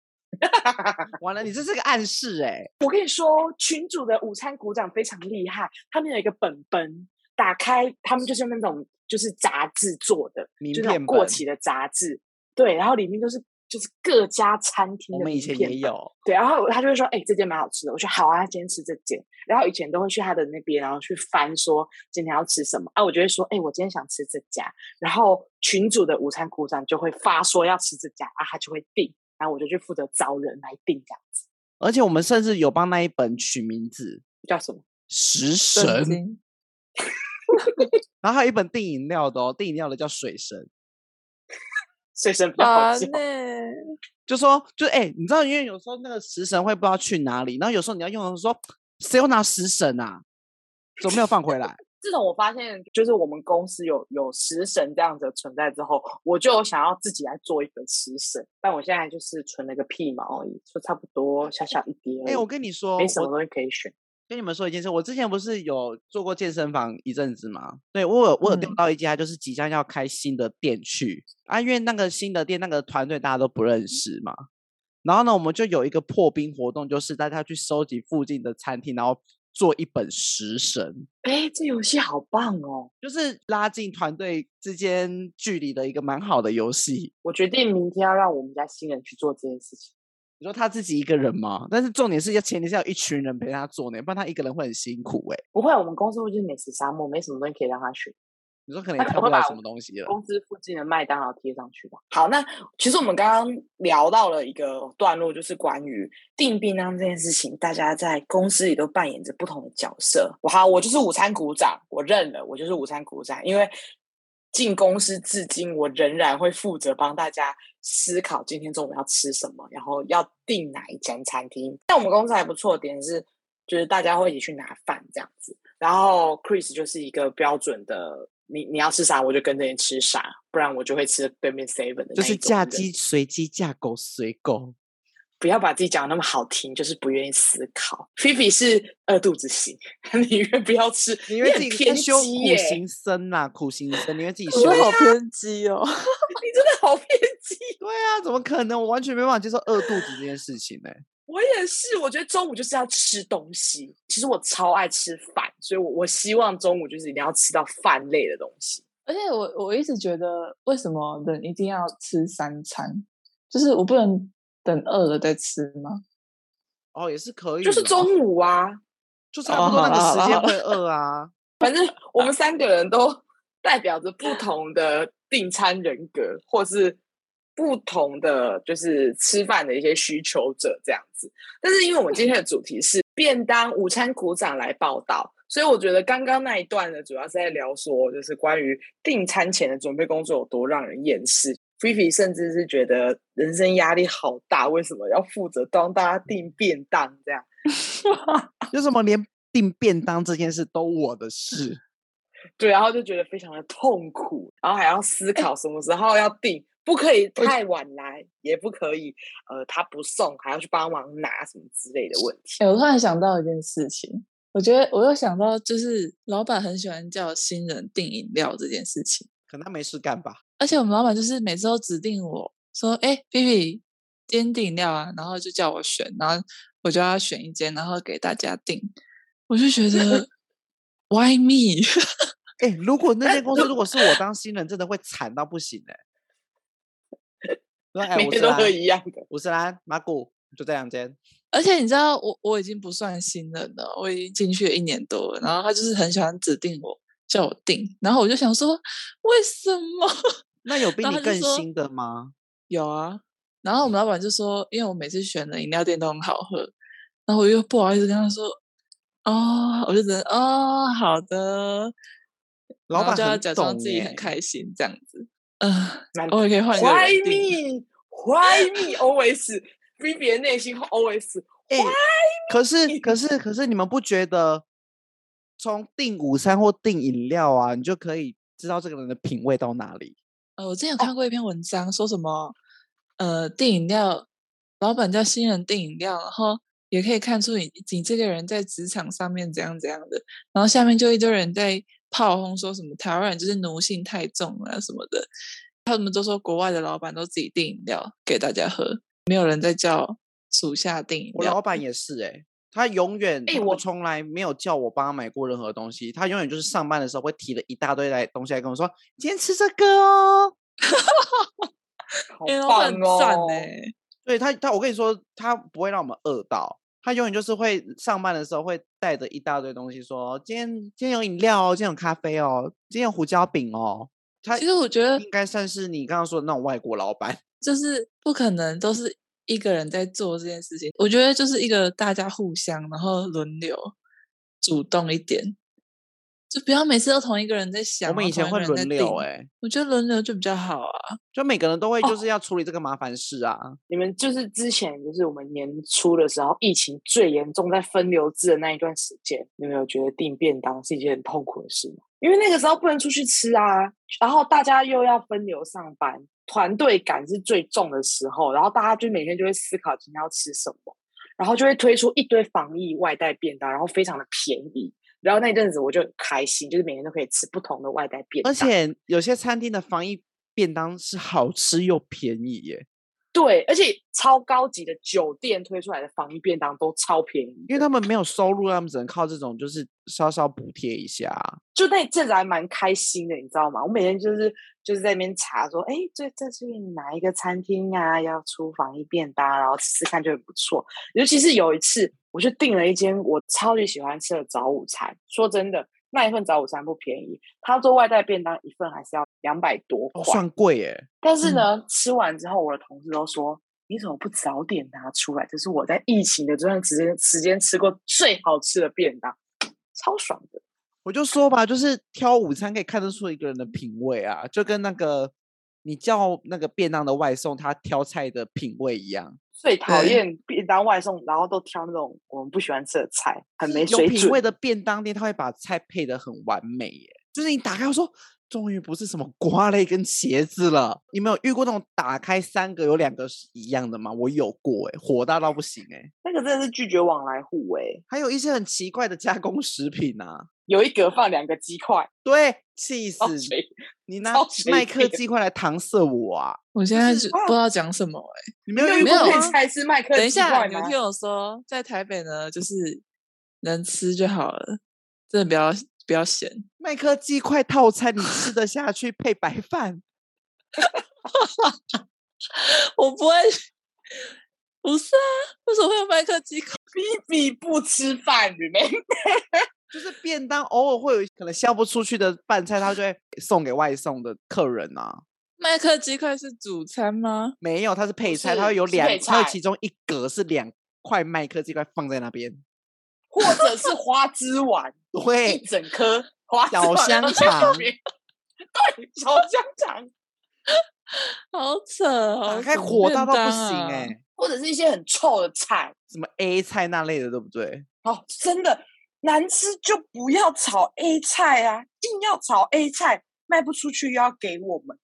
Speaker 4: 完了，你这是个暗示哎、
Speaker 2: 我跟你说，群主的午餐鼓掌非常厉害，他们有一个本本，打开他们就是那种就是杂志做的，
Speaker 4: 名
Speaker 2: 就是那
Speaker 4: 片
Speaker 2: 种过
Speaker 4: 本
Speaker 2: 期的杂志，对，然后里面都是就是各家餐厅
Speaker 4: 我
Speaker 2: 的
Speaker 4: 们以
Speaker 2: 名
Speaker 4: 前
Speaker 2: 片
Speaker 4: 也
Speaker 2: 本，
Speaker 4: 有，
Speaker 2: 对，然后他就会说，哎、这间蛮好吃的，我说好啊，今天吃这间，然后以前都会去他的那边，然后去翻说今天要吃什么啊，我就会说，哎、我今天想吃这家，然后群主的午餐鼓掌就会发说要吃这家啊，他就会订，然后我就去负责找人来订这样子，
Speaker 4: 而且我们甚至有帮那一本取名字
Speaker 2: 叫什么？
Speaker 4: “食神
Speaker 3: 震惊！”，
Speaker 4: 然后还有一本订饮料的哦，订饮料的叫“水神
Speaker 2: 水神比较好
Speaker 4: 呃
Speaker 3: 烦
Speaker 2: 笑。
Speaker 3: 呢、
Speaker 4: 就说就哎、你知道，因为有时候那个食神会不知道去哪里，然后有时候你要用的时候说谁又拿食神啊，怎么没有放回来？
Speaker 2: 自从我发现，就是我们公司有有食神这样子的存在之后，我就想要自己来做一本食神，但我现在就是存了个屁毛而已，就差不多小小一叠而
Speaker 4: 哎、
Speaker 2: 已。
Speaker 4: 我跟你说，
Speaker 2: 没什么
Speaker 4: 我
Speaker 2: 东西可以选。
Speaker 4: 跟你们说一件事，我之前不是有做过健身房一阵子吗？对我有我有调
Speaker 3: 嗯
Speaker 4: 到一家就是即将要开新的店去啊，因为那个新的店那个团队大家都不认识嘛。然后呢，我们就有一个破冰活动，就是大家去收集附近的餐厅，然后做一本食神，
Speaker 2: 哎，这游戏好棒哦！
Speaker 4: 就是拉近团队之间距离的一个蛮好的游戏。
Speaker 2: 我决定明天要让我们家新人去做这件事情。
Speaker 4: 你说他自己一个人吗？但是重点是要前提是要有一群人陪他做呢，不然他一个人会很辛苦哎、
Speaker 2: 不会，我们公司附近美食沙漠，没什么东西可以让他选。
Speaker 4: 你说可能
Speaker 2: 他
Speaker 4: 也
Speaker 2: 可
Speaker 4: 挑
Speaker 2: 能会
Speaker 4: 不了
Speaker 2: 把
Speaker 4: 什
Speaker 2: 我
Speaker 4: 么东西了。
Speaker 2: 公司附近的麦当劳贴上去吧。好，那其实我们刚刚聊到了一个段落，就是关于订便当这件事情，大家在公司里都扮演着不同的角色。我好，我就是午餐股长，我认了，我就是午餐股长，因为进公司至今，我仍然会负责帮大家思考今天中午要吃什么，然后要订哪一间餐厅。但我们公司还不错的点是，就是大家会一起去拿饭这样子。然后 Chris 就是一个标准的，你你要吃啥我就跟着你吃啥，不然我就会吃对面 seven 的那一种人。
Speaker 4: 就是嫁鸡随鸡，嫁狗随狗。
Speaker 2: 不要把自己讲得那么好听，就是不愿意思考。菲比是饿肚子型， 你愿不要吃，
Speaker 4: 你因为自
Speaker 2: 很
Speaker 4: 己在
Speaker 2: 偏
Speaker 4: 修
Speaker 2: 激
Speaker 4: 苦
Speaker 2: 耶，
Speaker 4: 行僧呐、苦行僧，你因为自己修
Speaker 3: 我觉。得好偏激哦。
Speaker 2: 你真的 好偏激。
Speaker 4: 对啊，怎么可能？我完全没办法接受饿肚子这件事情欸呢、
Speaker 2: 我也是，我觉得中午就是要吃东西。其实我超爱吃饭，所以我我希望中午就是一定要吃到饭类的东西。
Speaker 3: 而且我我一直觉得，为什么人一定要吃三餐？就是我不能等饿了再吃吗？
Speaker 4: 哦，也是可以啦，
Speaker 2: 就是中午啊，
Speaker 4: 就差不多那
Speaker 3: 哦好
Speaker 4: 个
Speaker 3: 啦
Speaker 4: 时间
Speaker 3: 好啦
Speaker 4: 会饿 啊。
Speaker 2: 反正我们三个人都代表着不同的订餐人格，或是不同的就是吃饭的一些需求者这样子。但是因为我们今天的主题是便当午餐鼓掌来报道，所以我觉得刚刚那一段呢，主要是在聊说就是关于订餐前的准备工作有多让人厌世。菲菲甚至是觉得人生压力好大，为什么要负责帮大家订便当这样？
Speaker 4: 为什么连订便当这件事都我的事？
Speaker 2: 对，然后就觉得非常的痛苦，然后还要
Speaker 3: 哎
Speaker 2: 思考什么时候要订，不可以太晚来，也不可以呃他不送，还要去帮忙拿什么之类的问题。
Speaker 3: 哎、我突然想到一件事情，我觉得我又想到，就是老板很喜欢叫新人订饮料这件事情，
Speaker 4: 可能他没事干吧。
Speaker 3: 而且我们老板就是每次都指定我说：“哎、b b 今天订饮料啊。”然后就叫我选，然后我就要选一间，然后给大家订。我就觉得，Why me？
Speaker 4: 哎、如 果那间公司如果是我当新人，真的会惨到不行哎、 说哎，
Speaker 2: 每
Speaker 4: 我是
Speaker 2: 天都喝
Speaker 4: 兰，
Speaker 2: 一样的，
Speaker 4: 我是兰，马古就这两间，
Speaker 3: 而且你知道，我我已经不算新人了，我已经进去了一年多了。然后他就是很喜欢指定我，叫我订，然后我就想说，为什么？
Speaker 4: 那有比
Speaker 3: 然后
Speaker 4: 你
Speaker 3: 他
Speaker 4: 更
Speaker 3: 就说
Speaker 4: 新的吗？
Speaker 3: 有啊。然后我们老板就说，因为我每次选的饮料店都很好喝，然后我又不好意思跟他说，哦，我就只能哦好的，
Speaker 4: 老
Speaker 3: 然后
Speaker 4: 板
Speaker 3: 就要
Speaker 4: 很
Speaker 3: 假装
Speaker 4: 懂
Speaker 3: 自己很
Speaker 4: 欸
Speaker 3: 开心这样子，嗯、
Speaker 2: 蛮
Speaker 3: 偶尔可以换一个
Speaker 2: Why
Speaker 3: 人订。
Speaker 2: me? Why me? Always，逼别人内心 always
Speaker 4: 哎、可是可是可是你们不觉得从订午餐或订饮料啊，你就可以知道这个人的品味到哪里？
Speaker 3: 呃，我之前有看过一篇文章，说什么呃订饮料，老板叫新人订饮料，然后也可以看出你你这个人在职场上面怎样怎样的，然后下面就一堆人在炮轰说什么台湾人就是奴性太重了、啊什么的，他们都说国外的老板都自己订饮料给大家喝，没有人在叫属下订饮
Speaker 4: 我
Speaker 3: 料。
Speaker 4: 老板也是哎、他永远
Speaker 2: 哎
Speaker 4: 他
Speaker 2: 我
Speaker 4: 从来没有叫我帮他买过任何东西，他永远就是上班的时候会提了一大堆来东西来跟我说，今天吃这个哦。
Speaker 2: 好
Speaker 3: 哎老板很
Speaker 2: 棒
Speaker 3: 赞欸
Speaker 2: 哦
Speaker 3: 呢、！
Speaker 4: 对他，他我跟你说，他不会让我们饿到，他永远就是会上班的时候会带着一大堆东西说，今天今天有饮料哦，今天有咖啡哦，今天有胡椒饼哦。他
Speaker 3: 其实我觉得
Speaker 4: 应该算是你刚刚说的那种外国老板，
Speaker 3: 就是不可能都是一个人在做这件事情。我觉得就是一个大家互相，然后轮流主动一点，就不要每次都同一个人在想。
Speaker 4: 我们
Speaker 3: 然
Speaker 4: 以
Speaker 3: 后
Speaker 4: 前
Speaker 3: 同
Speaker 4: 会
Speaker 3: 一个人在
Speaker 4: 轮流
Speaker 3: 定
Speaker 4: 哎、
Speaker 3: 我觉得轮流就比较好啊。
Speaker 4: 就每个人都会
Speaker 2: 哦
Speaker 4: 就是要处理这个麻烦事啊。
Speaker 2: 你们就是之前就是我们年初的时候，疫情最严重，在分流制的那一段时间，你们有觉得订便当是一件很痛苦的事吗？因为那个时候不能出去吃啊，然后大家又要分流上班，团队感是最重的时候，然后大家就每天就会思考今天要吃什么，然后就会推出一堆防疫外带便当，然后非常的便宜。然后那一阵子我就很开心，就是每天都可以吃不同的外带便当，
Speaker 4: 而且有些餐厅的防疫便当是好吃又便宜耶，
Speaker 2: 对，而且超高级的酒店推出来的防疫便当都超便宜的，
Speaker 4: 因为他们没有收入，他们只能靠这种就是稍稍补贴一下啊。
Speaker 2: 就那一阵子还蛮开心的，你知道吗？我每天就是就是在那边查说，哎，这这是哪一个餐厅啊，要出防疫便当，然后试试看就很不错。尤其是有一次，我就订了一间我超级喜欢吃的早午餐。说真的，那一份早午餐不便宜，他做外带便当一份还是要两百多
Speaker 4: 哦，
Speaker 2: 块。
Speaker 4: 算嗯贵耶。
Speaker 2: 但是呢，吃完之后，我的同事都说：“你怎么不早点拿出来？这是我在疫情的这段时间时间吃过最好吃的便当，超爽的。
Speaker 4: 我就说吧，就是挑午餐可以看得出一个人的品味啊，就跟那个你叫那个便当的外送，他挑菜的品味一样，
Speaker 2: 最讨
Speaker 3: 对
Speaker 2: 厌便当外送，然后都挑那种我们不喜欢吃的菜，很
Speaker 4: 就是有
Speaker 2: 没水
Speaker 4: 品味
Speaker 2: 准。
Speaker 4: 的便当店，他会把菜配的很完美耶。就是你打开，我说终于不是什么瓜类跟茄子了。你们有遇过那种打开三个有两个是一样的吗？我有过哎，火大到不行哎。
Speaker 2: 那个真的是拒绝往来户哎、
Speaker 4: 还有一些很奇怪的加工食品啊，
Speaker 2: 有一格放两个鸡块，
Speaker 4: 对，气死
Speaker 2: 超！垂
Speaker 4: 你拿
Speaker 2: 超随
Speaker 4: 麦克
Speaker 2: 便
Speaker 4: 鸡块来搿射我啊！
Speaker 3: 我现在就
Speaker 2: 啊
Speaker 3: 不知道讲什么哎、
Speaker 4: 你没有
Speaker 2: 没
Speaker 4: 遇
Speaker 2: 有
Speaker 4: 过
Speaker 3: 有
Speaker 4: 吗
Speaker 2: 配菜是麦克
Speaker 3: 等一
Speaker 2: 鸡
Speaker 3: 下，
Speaker 2: 块
Speaker 3: 你们
Speaker 2: 吗？
Speaker 3: 听我说，在台北呢，就是能吃就好了，真的不要不要咸。
Speaker 4: 麦克鸡块套餐，你吃得下去配白饭？
Speaker 3: 我不会，不是啊，为什么会有麦克鸡块？
Speaker 2: 比比不吃饭，remember？
Speaker 4: 就是便当偶尔会有一可能销不出去的饭菜，他就会送给外送的客人啊。
Speaker 3: 麦克鸡块是主餐吗？没
Speaker 4: 没有，它是配菜，它
Speaker 2: 是
Speaker 4: 会有
Speaker 2: 是配
Speaker 4: 两，它
Speaker 2: 菜
Speaker 4: 会其中一格是两块麦克鸡块放在那边，
Speaker 2: 或者是花 枝丸，一
Speaker 4: 对，
Speaker 2: 整颗花枝
Speaker 4: 小
Speaker 2: 丸
Speaker 4: 香
Speaker 2: 放在那
Speaker 4: 肠
Speaker 2: 边 对，小香肠，
Speaker 3: 好扯，哦
Speaker 4: 打
Speaker 3: 好
Speaker 4: 开
Speaker 3: 扯
Speaker 4: 火
Speaker 3: 便
Speaker 4: 大到不
Speaker 3: 当
Speaker 4: 行
Speaker 3: 啊
Speaker 4: 哎、
Speaker 2: 或者是一些很臭的菜。
Speaker 4: 什么 A 菜那类的，对不对？
Speaker 2: 哦，真的难吃就不要炒 A 菜啊，硬要炒 A 菜，卖不出去又要给我们。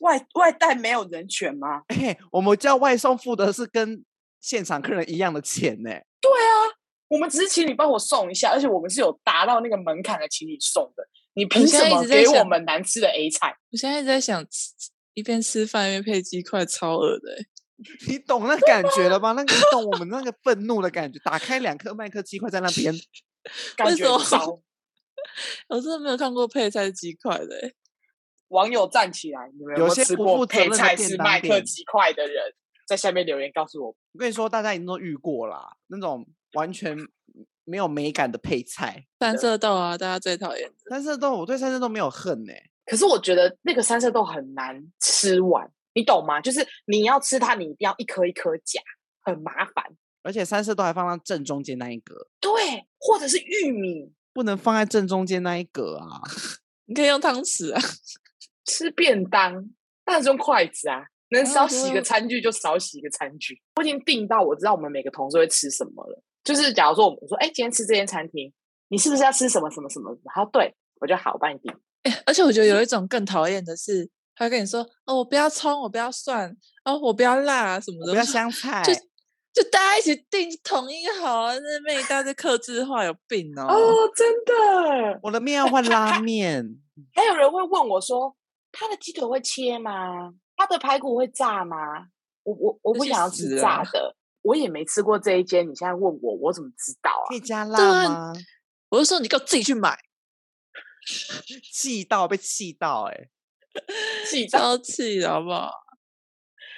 Speaker 2: 外外带没有人权吗？
Speaker 4: 哎、我们叫外送付的是跟现场客人一样的钱呢、
Speaker 2: 我们只是请你帮我送一下，而且我们是有达到那个门槛的，请你送的。你凭
Speaker 3: 现在
Speaker 2: 什
Speaker 3: 一
Speaker 2: 么
Speaker 3: 直在
Speaker 2: 给我
Speaker 3: 想
Speaker 2: 们难吃的 A 菜？
Speaker 3: 我现在一直在想吃，一边吃饭一边配鸡块，超恶的、欸。
Speaker 4: 你懂那感觉了吧？那个你懂我们那个愤怒的感觉，打开两颗麦克鸡块在那边，
Speaker 2: 感
Speaker 3: 为
Speaker 2: 觉
Speaker 3: 什么
Speaker 2: 很糟。
Speaker 3: 我真的没有看过配菜鸡块的、欸，
Speaker 2: 网友站起来，你们有
Speaker 4: 有
Speaker 2: 没有
Speaker 4: 些
Speaker 2: 吃
Speaker 4: 不
Speaker 2: 过
Speaker 4: 负责
Speaker 2: 配
Speaker 4: 任的
Speaker 2: 菜
Speaker 4: 便
Speaker 2: 是
Speaker 4: 当
Speaker 2: 麦克
Speaker 4: 店
Speaker 2: 鸡块的人？在下面留言告诉我，
Speaker 4: 我跟你说，大家一定都遇过啦，那种完全没有美感的配菜。
Speaker 3: 三色豆啊，大家最讨厌的。
Speaker 4: 三色豆，我对三色豆没有恨呢、
Speaker 2: 可是我觉得那个三色豆很难吃完，你懂吗？就是你要吃它，你一定要一颗一颗夹，很麻烦。
Speaker 4: 而且三色豆还放到正中间那一格，
Speaker 2: 对，或者是玉米，
Speaker 4: 不能放在正中间那一格啊！
Speaker 3: 你可以用汤匙啊，
Speaker 2: 吃便当，那是用筷子啊，能
Speaker 3: 啊
Speaker 2: 少
Speaker 3: 我觉
Speaker 2: 洗一
Speaker 3: 得
Speaker 2: 个
Speaker 3: 我
Speaker 2: 餐具就少洗一个餐具。我已经定到我知道我们每个同事会吃什么了。就是假如说我们说，哎、今天吃这间餐厅，你是不是要吃什么什么什么？然后对我就好，我帮你订。
Speaker 3: 欸 而且我觉得有一种更讨厌的是，他跟你说哦，我不要葱，我不要蒜，哦，我不要辣、啊、什么
Speaker 4: 我
Speaker 3: 的，
Speaker 4: 不要
Speaker 3: 我说
Speaker 4: 香菜，
Speaker 3: 就就大家一起订统一好啊，那边一大堆克制化，有病哦。
Speaker 2: 哦，真的。
Speaker 4: 我的面要换 拉面。
Speaker 2: 还有人会问我说，他的鸡腿会切吗？他的排骨会炸吗？我我我
Speaker 3: 那
Speaker 2: 不
Speaker 3: 去
Speaker 2: 想要吃
Speaker 3: 死
Speaker 2: 炸
Speaker 3: 啊
Speaker 2: 的，我也没吃过这一间，你现在问我，我怎么知道啊
Speaker 4: 可？以加
Speaker 3: 啊
Speaker 4: 辣吗？
Speaker 3: 我就说你给我自己去买，
Speaker 4: 气到被气到哎、
Speaker 2: 记账，
Speaker 3: 超气的好不好？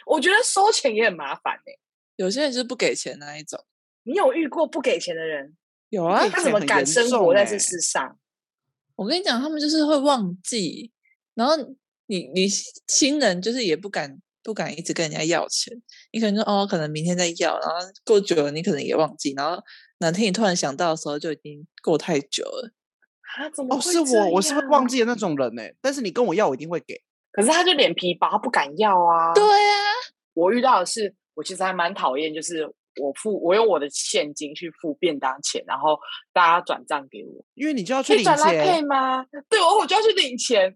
Speaker 2: 我觉得收钱也很麻烦哎、
Speaker 3: 有些人就是不给钱那一种，
Speaker 2: 你有遇过不给钱的人？
Speaker 3: 有啊
Speaker 4: 可以，
Speaker 2: 他
Speaker 4: 这
Speaker 2: 怎么
Speaker 4: 很
Speaker 2: 敢
Speaker 4: 严
Speaker 2: 生活
Speaker 4: 重
Speaker 2: 在
Speaker 4: 欸
Speaker 2: 这世上？
Speaker 3: 我跟你讲，他们就是会忘记，然后你你新新人就是也不敢不敢一直跟人家要钱，你可能说哦，可能明天再要，然后过久了你可能也忘记，然后哪天你突然想到的时候就已经过太久了。
Speaker 2: 啊，怎么
Speaker 4: 哦，
Speaker 2: 会
Speaker 4: 是我，
Speaker 2: 这
Speaker 4: 我是会
Speaker 2: 样
Speaker 4: 忘。记的那种人呢、但是你跟我要，我一定会给。
Speaker 2: 可是他就脸皮薄，他不敢要啊。
Speaker 3: 对，啊，
Speaker 2: 我遇到的是，我其实还蛮讨厌，就是我付，我用我的现金去付便当钱，然后大家转账给我，
Speaker 4: 因为你就要去
Speaker 2: 可
Speaker 4: 领
Speaker 2: 以转来配
Speaker 4: 钱，
Speaker 2: 吗？对，我我就要去领钱。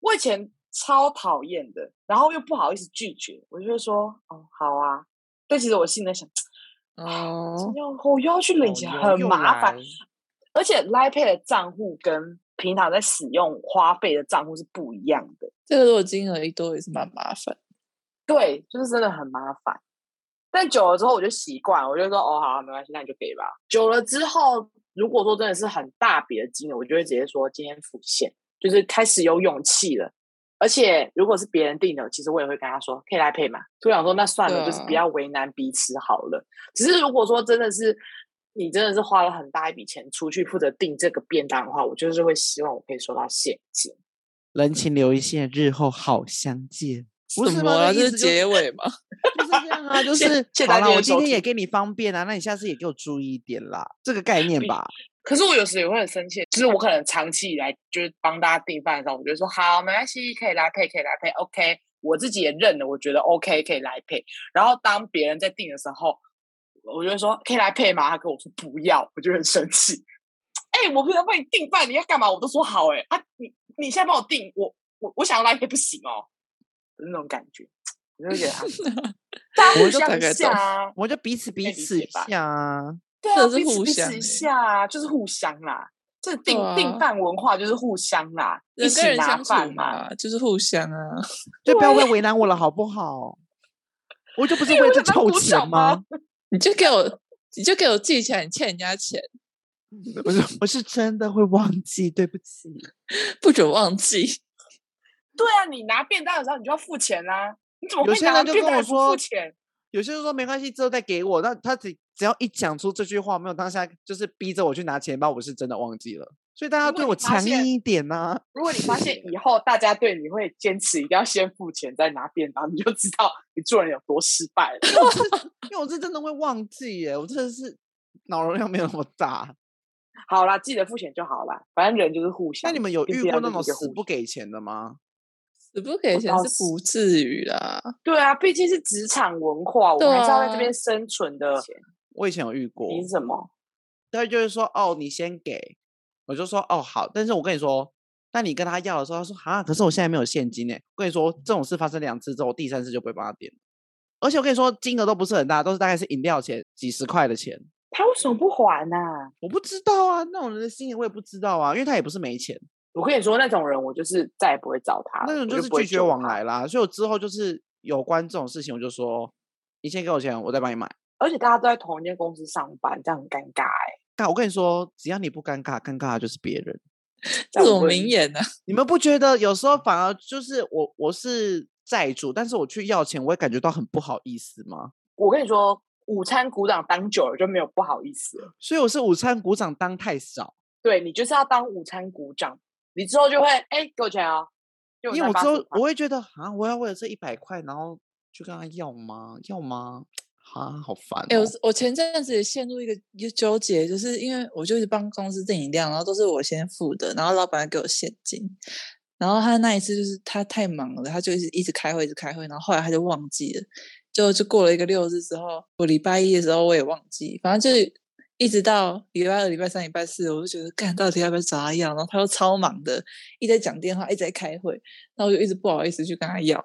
Speaker 2: 我以前超讨厌的，然后又不好意思拒绝，我就会说，哦，好啊。但其实我心里在想，
Speaker 3: 哦，
Speaker 2: 要我又要去领钱，
Speaker 4: 哦
Speaker 2: 很
Speaker 4: 又
Speaker 2: 麻烦
Speaker 4: 来。
Speaker 2: 而且 Line Pay 的账户跟平常在使用花费的账户是不一样的，
Speaker 3: 这个如果金额一多也是蛮麻烦。
Speaker 2: 对，就是真的很麻烦。但久了之后我就习惯，我就说哦，好啊、没关系，那你就给吧。久了之后，如果说真的是很大笔的金额，我就会直接说今天付现，就是开始有勇气了。而且如果是别人定的，其实我也会跟他说可以来配嘛。就想说那算了，
Speaker 3: 对
Speaker 2: 就是
Speaker 3: 啊
Speaker 2: 不要为难彼此好了。只是如果说真的是你真的是花了很大一笔钱出去负责订这个便当的话，我就是会希望我可以收到现金。
Speaker 4: 人情留一线，日后好相见。不
Speaker 3: 什
Speaker 4: 是
Speaker 3: 么
Speaker 4: 吗？那
Speaker 3: 啊？
Speaker 4: 意思
Speaker 3: 这是
Speaker 4: 就
Speaker 3: 结尾嘛？
Speaker 4: 就是这样啊，就
Speaker 2: 谢
Speaker 4: 是
Speaker 2: 谢
Speaker 4: 好
Speaker 2: 大
Speaker 4: 啦，
Speaker 2: 家
Speaker 4: 我
Speaker 2: 今天
Speaker 4: 今
Speaker 2: 收
Speaker 4: 天也
Speaker 2: 听
Speaker 4: 给你方便啊，那你下次也给我注意一点啦，这个概念
Speaker 2: 必
Speaker 4: 吧。
Speaker 2: 可是我有时也会很生气，就是我可能长期以来就是帮大家订饭的时候，我就说好，没关系，可以来配，可以来配，OK，我自己也认了，我觉得 OK，可以来配。然后当别人在订的时候，我就会说可以来配吗？他跟我说不要，我就很生气。哎、我平常帮你订饭，你要干嘛？我都说好、哎啊，你你现在帮我订，我我我想要来也不行哦，的那种感觉，我就觉 得啊大家
Speaker 3: 我
Speaker 2: 互
Speaker 3: 就大
Speaker 2: 相
Speaker 3: 概
Speaker 2: 下
Speaker 3: 懂
Speaker 2: 啊，
Speaker 4: 我就彼此
Speaker 2: 以
Speaker 4: 彼
Speaker 2: 理
Speaker 4: 此
Speaker 2: 解
Speaker 4: 一
Speaker 2: 吧
Speaker 4: 下啊。
Speaker 2: 对
Speaker 3: 这
Speaker 2: 啊，
Speaker 3: 是
Speaker 2: 彼此
Speaker 3: 互
Speaker 2: 彼
Speaker 3: 相
Speaker 2: 此
Speaker 3: 欸
Speaker 2: 一下啊，就是互相啦。这订订
Speaker 3: 啊
Speaker 2: 饭文化就是互相啦，一
Speaker 3: 人跟
Speaker 2: 起
Speaker 3: 人
Speaker 2: 拿
Speaker 3: 相处
Speaker 2: 饭嘛。
Speaker 3: 嘛，就是互相啊。
Speaker 4: 就不要为为难我了，好不好？我就不是为了 这
Speaker 2: 想要
Speaker 4: 臭
Speaker 2: 鼓掌
Speaker 4: 钱
Speaker 2: 吗
Speaker 4: 吗？
Speaker 3: 你就给我，你就给我记起来，你欠人家钱，
Speaker 4: 不是， 我是真的会忘记，对不起。
Speaker 3: 不准忘记。
Speaker 2: 对啊，你拿便当的时候你就要付钱啦、你怎么
Speaker 4: 有
Speaker 2: 会
Speaker 4: 些
Speaker 2: 拿
Speaker 4: 人
Speaker 2: 到
Speaker 4: 就
Speaker 2: 便
Speaker 4: 跟
Speaker 2: 当
Speaker 4: 我
Speaker 2: 也不付
Speaker 4: 说
Speaker 2: 钱？
Speaker 4: 有些人说没关系，之后再给我。那他只只要一讲出这句话，没有当下就是逼着我去拿钱包，我是真的忘记了。所以大家
Speaker 2: 如果
Speaker 4: 对我
Speaker 2: 你发
Speaker 4: 强
Speaker 2: 现
Speaker 4: 硬一点呐、
Speaker 2: 如果你发现以后大家对你会坚持一定要先付钱再拿便当，你就知道你做人有多失败了。
Speaker 4: 因为我是真的会忘记耶，我真的是脑容量没有那么大。
Speaker 2: 好啦，记得付钱就好啦，反正人就是互相。
Speaker 4: 那你们有
Speaker 2: 订
Speaker 4: 遇
Speaker 2: 便
Speaker 4: 过
Speaker 2: 当
Speaker 4: 那
Speaker 2: 就是
Speaker 4: 种
Speaker 2: 一个
Speaker 4: 死
Speaker 2: 互
Speaker 4: 不给钱的吗？
Speaker 3: 死不给钱
Speaker 2: 倒
Speaker 3: 是
Speaker 2: 是
Speaker 3: 不至于啦，
Speaker 2: 对啊，毕竟是职场文化，我
Speaker 3: 对
Speaker 2: 们还是要在这
Speaker 3: 啊
Speaker 2: 边生存的。
Speaker 4: 我以前有遇过，
Speaker 2: 你什么？
Speaker 4: 他就是说哦，你先给，我就说哦好，但是我跟你说，那你跟他要的时候，他说啊，可是我现在没有现金诶。我跟你说，这种事发生两次之后，我第三次就不会帮他点了。而且我跟你说，金额都不是很大，都是大概是饮料钱，几十块的钱。
Speaker 2: 他为什么不还呢、
Speaker 4: 我不知道啊，那种人的心里我也不知道啊，因为他也不是没钱，
Speaker 2: 我跟你说，那种人我就是再也不会找他了，
Speaker 4: 那种
Speaker 2: 啊我
Speaker 4: 就是
Speaker 2: 不会
Speaker 4: 拒绝
Speaker 2: 揪
Speaker 4: 往
Speaker 2: 他。
Speaker 4: 来啦。所以我之后就是有关这种事情，我就说你先给我钱，我再帮你买。
Speaker 2: 而且大家都在同一间公司上班，这样很尴尬哎、
Speaker 4: 但我跟你说，只要你不尴尬，尴尬的就是别人。
Speaker 2: 这
Speaker 3: 这
Speaker 2: 种
Speaker 3: 种名言啊，
Speaker 4: 你们不觉得有时候反而就是我我是债主，但是我去要钱，我会感觉到很不好意思吗？
Speaker 2: 我跟你说，午餐鼓掌当久了就没有不好意思了。
Speaker 4: 所以我是午餐鼓掌当太少，
Speaker 2: 对你就是要当午餐鼓掌，你之后就会哎、给我钱哦。就
Speaker 4: 因为我之
Speaker 2: 380
Speaker 4: 后
Speaker 2: 块
Speaker 4: 我会觉得啊，我要为了这一百块，然后去跟他要吗？要吗？啊，好烦、
Speaker 3: 哎、
Speaker 4: 哦！
Speaker 3: 我我前阵子也陷入一个一个纠结，就是因为我就是帮公司订饮料，然后都是我先付的，然后老板还给我现金。然后他那一次就是他太忙了，他就是一直开会，一直开会，然后后来他就忘记了，就就过了一个六日之后，我礼拜一的时候我也忘记，反正就是一直到礼拜二、礼拜三、礼拜四，我就觉得干到底要不要找他要，然后他又超忙的，一直在讲电话，一直在开会，然后我就一直不好意思去跟他要，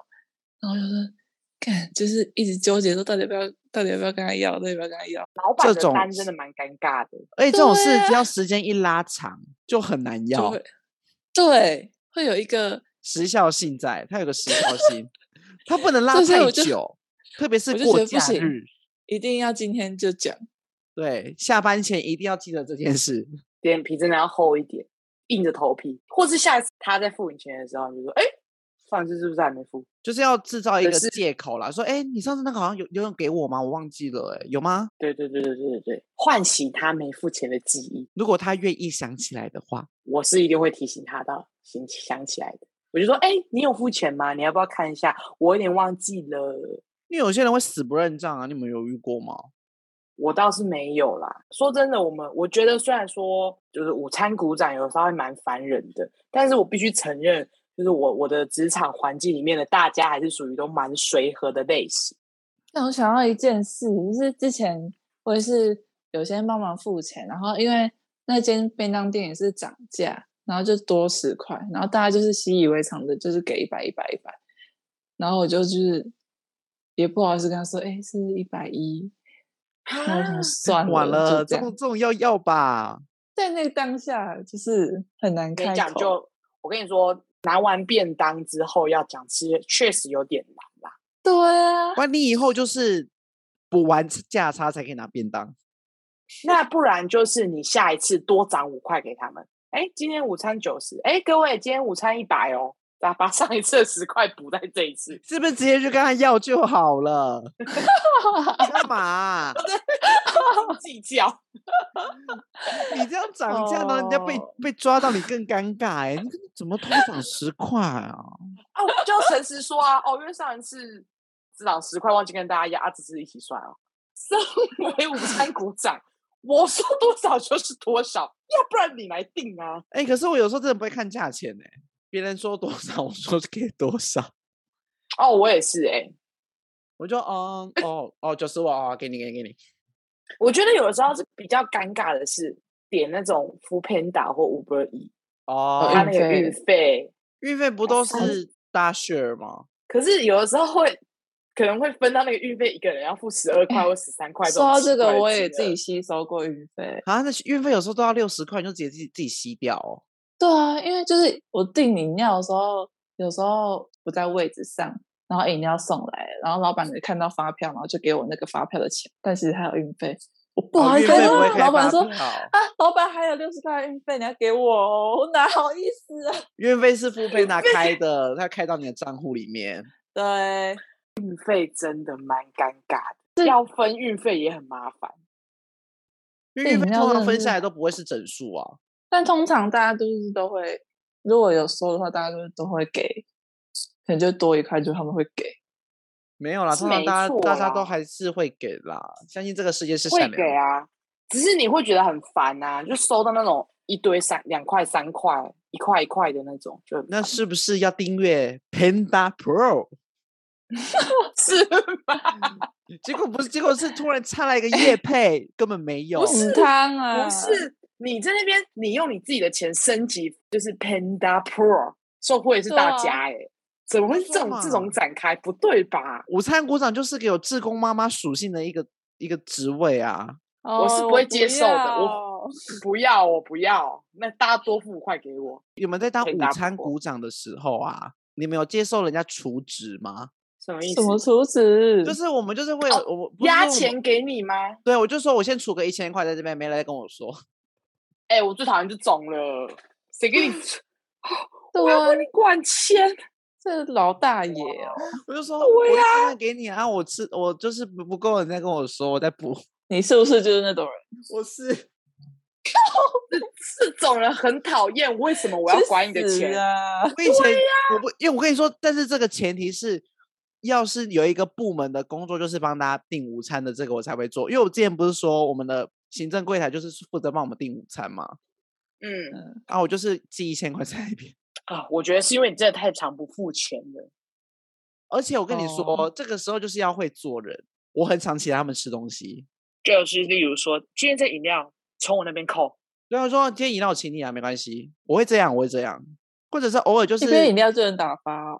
Speaker 3: 然后就说干，就是一直纠结说到底要不要，到底要不要跟他要，到底要不要跟他要，
Speaker 2: 老板
Speaker 4: 这
Speaker 2: 的
Speaker 4: 种
Speaker 2: 单真的蛮尴尬的。
Speaker 4: 而且这种事
Speaker 3: 对啊
Speaker 4: 只要时间一拉长，就很难
Speaker 3: 就
Speaker 4: 要
Speaker 3: 会对会有一个
Speaker 4: 时效性在，它有个时效性，它不能拉
Speaker 3: 这所以
Speaker 4: 太
Speaker 3: 我就
Speaker 4: 久，特别是
Speaker 3: 我就觉
Speaker 4: 过
Speaker 3: 得不
Speaker 4: 假
Speaker 3: 行
Speaker 4: 日，
Speaker 3: 一定要今天就讲，
Speaker 4: 对，下班前一定要记得这件事。
Speaker 2: 脸皮真的要厚一点，硬着头皮，或是下一次他在付你钱的时候，你就说：“哎、上次是不是还没付
Speaker 4: 就是要制造一
Speaker 2: 可
Speaker 4: 个
Speaker 2: 是
Speaker 4: 借口啦，说，哎、你上次那个好像有有人给我吗？我忘记了、欸，有吗？？”
Speaker 2: 对对对对对对对，唤醒他没付钱的记忆，
Speaker 4: 如果他愿意想起来的话，
Speaker 2: 我是一定会提醒他到想想起来的。我就说：“哎、你有付钱吗？你要不要看一下？我有点忘记了。
Speaker 4: 因为有些人会死不认账啊，你们有遇过吗？”
Speaker 2: 我倒是没有啦。说真的，我们我觉得虽然说就是午餐鼓掌有时候还蛮烦人的，但是我必须承认，就是我我的职场环境里面的大家还是属于都蛮随和的类型。
Speaker 3: 那我想到一件事，就是之前我也是有些人帮忙付钱，然后因为那间便当店也是涨价，然后就多十块，然后大家就是习以为常的，就是给一百一百一百，然后我就就是也不好意思跟他说，哎、是一百一，那我想算
Speaker 4: 晚了，
Speaker 3: 就这
Speaker 4: 这种
Speaker 3: 样，
Speaker 4: 这种要要吧，
Speaker 3: 在那个当下就是很难
Speaker 2: 跟
Speaker 3: 开
Speaker 2: 你讲，
Speaker 3: 口，
Speaker 2: 就我跟你说，拿完便当之后要讲吃，确实有点难啦。
Speaker 3: 对啊，
Speaker 4: 不然你以后就是补完价差才可以拿便当。
Speaker 2: 那不然就是你下一次多涨五块给他们。哎，今天午餐九十，哎，各位今天午餐一百哦，把把上一次的十块补在这一次。
Speaker 4: 是不是直接去跟他要就好了？干嘛啊、
Speaker 2: 斤斤计较，哦
Speaker 4: 你这样涨价，然后人家被
Speaker 3: 哦
Speaker 4: 被抓到，你更尴尬哎、你怎么偷涨十块啊？
Speaker 2: 啊，我就诚实说啊，哦，因为上一次只涨十块，忘记跟大家压，啊只是一起算哦。身为午餐股长，我说多少就是多少，要不然你来定啊。
Speaker 4: 哎、可是我有时候真的不会看价钱呢、别人说多少， 我说给多少，
Speaker 2: 哦，我也是哎、
Speaker 4: 我就嗯哦哦九十五哦，给你给你给你。
Speaker 2: 我觉得有的时候是比较尴尬的是点那种 f o o Panda 或 Uber E，
Speaker 4: 哦，
Speaker 2: 它那个
Speaker 3: 运
Speaker 2: 运费，
Speaker 4: 运费不都
Speaker 2: 三
Speaker 4: 是大 share 吗？
Speaker 2: 可是有的时候会可能会分到那个运费，一个人要付十二块或十三块。
Speaker 3: 哎说到这个，我也自己
Speaker 2: 己，
Speaker 3: 吸收过运费。
Speaker 4: 啊，那运费有时候都要六十块，你就直接自己自己吸掉哦。
Speaker 3: 对啊，因为就是我订饮料的时候，有时候不在位置上，然后饮料送来，然后老板就看到发票，然后就给我那个发票的钱，但其实还有运费。我不好
Speaker 4: 哦
Speaker 3: 意
Speaker 4: 运
Speaker 3: 思，
Speaker 4: 费不会
Speaker 3: 啊
Speaker 4: 开
Speaker 3: 老板
Speaker 4: 发
Speaker 3: 说
Speaker 4: 票，
Speaker 3: 啊，老板还有六十块运费，你要给我哦，我哪好意思啊？
Speaker 4: 运费是付贝拿开的，他开到你的账户里面。
Speaker 3: 对，
Speaker 2: 运费真的蛮尴尬的，要分运费也很麻烦。
Speaker 4: 因
Speaker 3: 这
Speaker 4: 为运
Speaker 3: 饮
Speaker 4: 费
Speaker 3: 料
Speaker 4: 通
Speaker 3: 真
Speaker 4: 常
Speaker 3: 的
Speaker 4: 分
Speaker 3: 是
Speaker 4: 下来都不会是整数啊。
Speaker 3: 但通常大家都是都会，如果有收的话，大家都都会给，可能就多一块，就他们会给。
Speaker 4: 没有啦，
Speaker 2: 是
Speaker 4: 通常
Speaker 2: 没
Speaker 4: 大家
Speaker 2: 错
Speaker 4: 大家都
Speaker 2: 啦
Speaker 4: 还是会给啦，相信这个世界是
Speaker 2: 会
Speaker 4: 善
Speaker 2: 给
Speaker 4: 良的。
Speaker 2: 啊，只是你会觉得很烦啊，就收到那种一堆三两块、三块、一块一块的那种，就很
Speaker 4: 那
Speaker 2: 烦
Speaker 4: 是不是要订阅 Panda Pro？
Speaker 2: 是
Speaker 4: 结果不是，结果是突然插来一个 叶配，根本 没有。
Speaker 2: 不是
Speaker 3: 母汤啊，
Speaker 2: 不是你在那边，你用你自己的钱升级，就是 Panda Pro，受惠是
Speaker 3: 对
Speaker 2: 大
Speaker 3: 啊
Speaker 2: 家哎、怎么
Speaker 4: 我
Speaker 2: 会
Speaker 4: 就
Speaker 2: 这
Speaker 4: 说
Speaker 2: 种这
Speaker 4: 嘛
Speaker 2: 种展开？不对吧？
Speaker 4: 午餐鼓掌就是个有志工妈妈属性的一个一个职位啊。
Speaker 3: 哦，
Speaker 2: 是不会接受的我
Speaker 3: 要
Speaker 2: 不要，我不要，那大家多付五块给我。
Speaker 4: 你们在当
Speaker 2: 可以
Speaker 4: 午
Speaker 2: 打
Speaker 4: 餐
Speaker 2: 破
Speaker 4: 鼓掌的时候啊，你们有接受人家除职吗？
Speaker 2: 什么意
Speaker 3: 什么
Speaker 2: 思？
Speaker 3: 厨子？
Speaker 4: 就是我们就是会有我不是
Speaker 2: 哦压
Speaker 4: 说我们。
Speaker 2: 钱给你吗？
Speaker 4: 对，我就说我先除个一千块在这边，没人再跟我说。
Speaker 2: 哎、我最讨厌这种了，谁给你？啊 我
Speaker 3: 对
Speaker 2: 要
Speaker 3: 啊
Speaker 2: 跟，你管钱，
Speaker 3: 这老大爷哦，
Speaker 4: 我就说，
Speaker 2: 对
Speaker 4: 我一千块给你啊，我吃我就是不不够，你再跟我说，我再补。
Speaker 3: 你是不是就是那种人？
Speaker 4: 我是
Speaker 2: 这种人很讨厌。为什么我要
Speaker 3: 去
Speaker 2: 管你的
Speaker 3: 死
Speaker 2: 钱？
Speaker 3: 啊！
Speaker 4: 我以前、我不，因为我跟你说，但是这个前提是，要是有一个部门的工作就是帮大家订午餐的，这个我才会做。因为我之前不是说我们的行政柜台就是负责帮我们订午餐嘛，
Speaker 2: 嗯
Speaker 4: 啊，我就是寄一千块在那边。
Speaker 2: 啊，我觉得是因为你真的太常不付钱了。
Speaker 4: 而且我跟你说，
Speaker 3: 哦
Speaker 4: 这个时候就是要会做人。我很常请他们吃东西，
Speaker 2: 就是例如说，今天这饮料从我那边扣，
Speaker 4: 对他说今天饮料我请你啊，没关系，我会这样，我会这样，或者是偶尔就
Speaker 3: 一杯饮
Speaker 4: 是
Speaker 3: 料就能打发哦，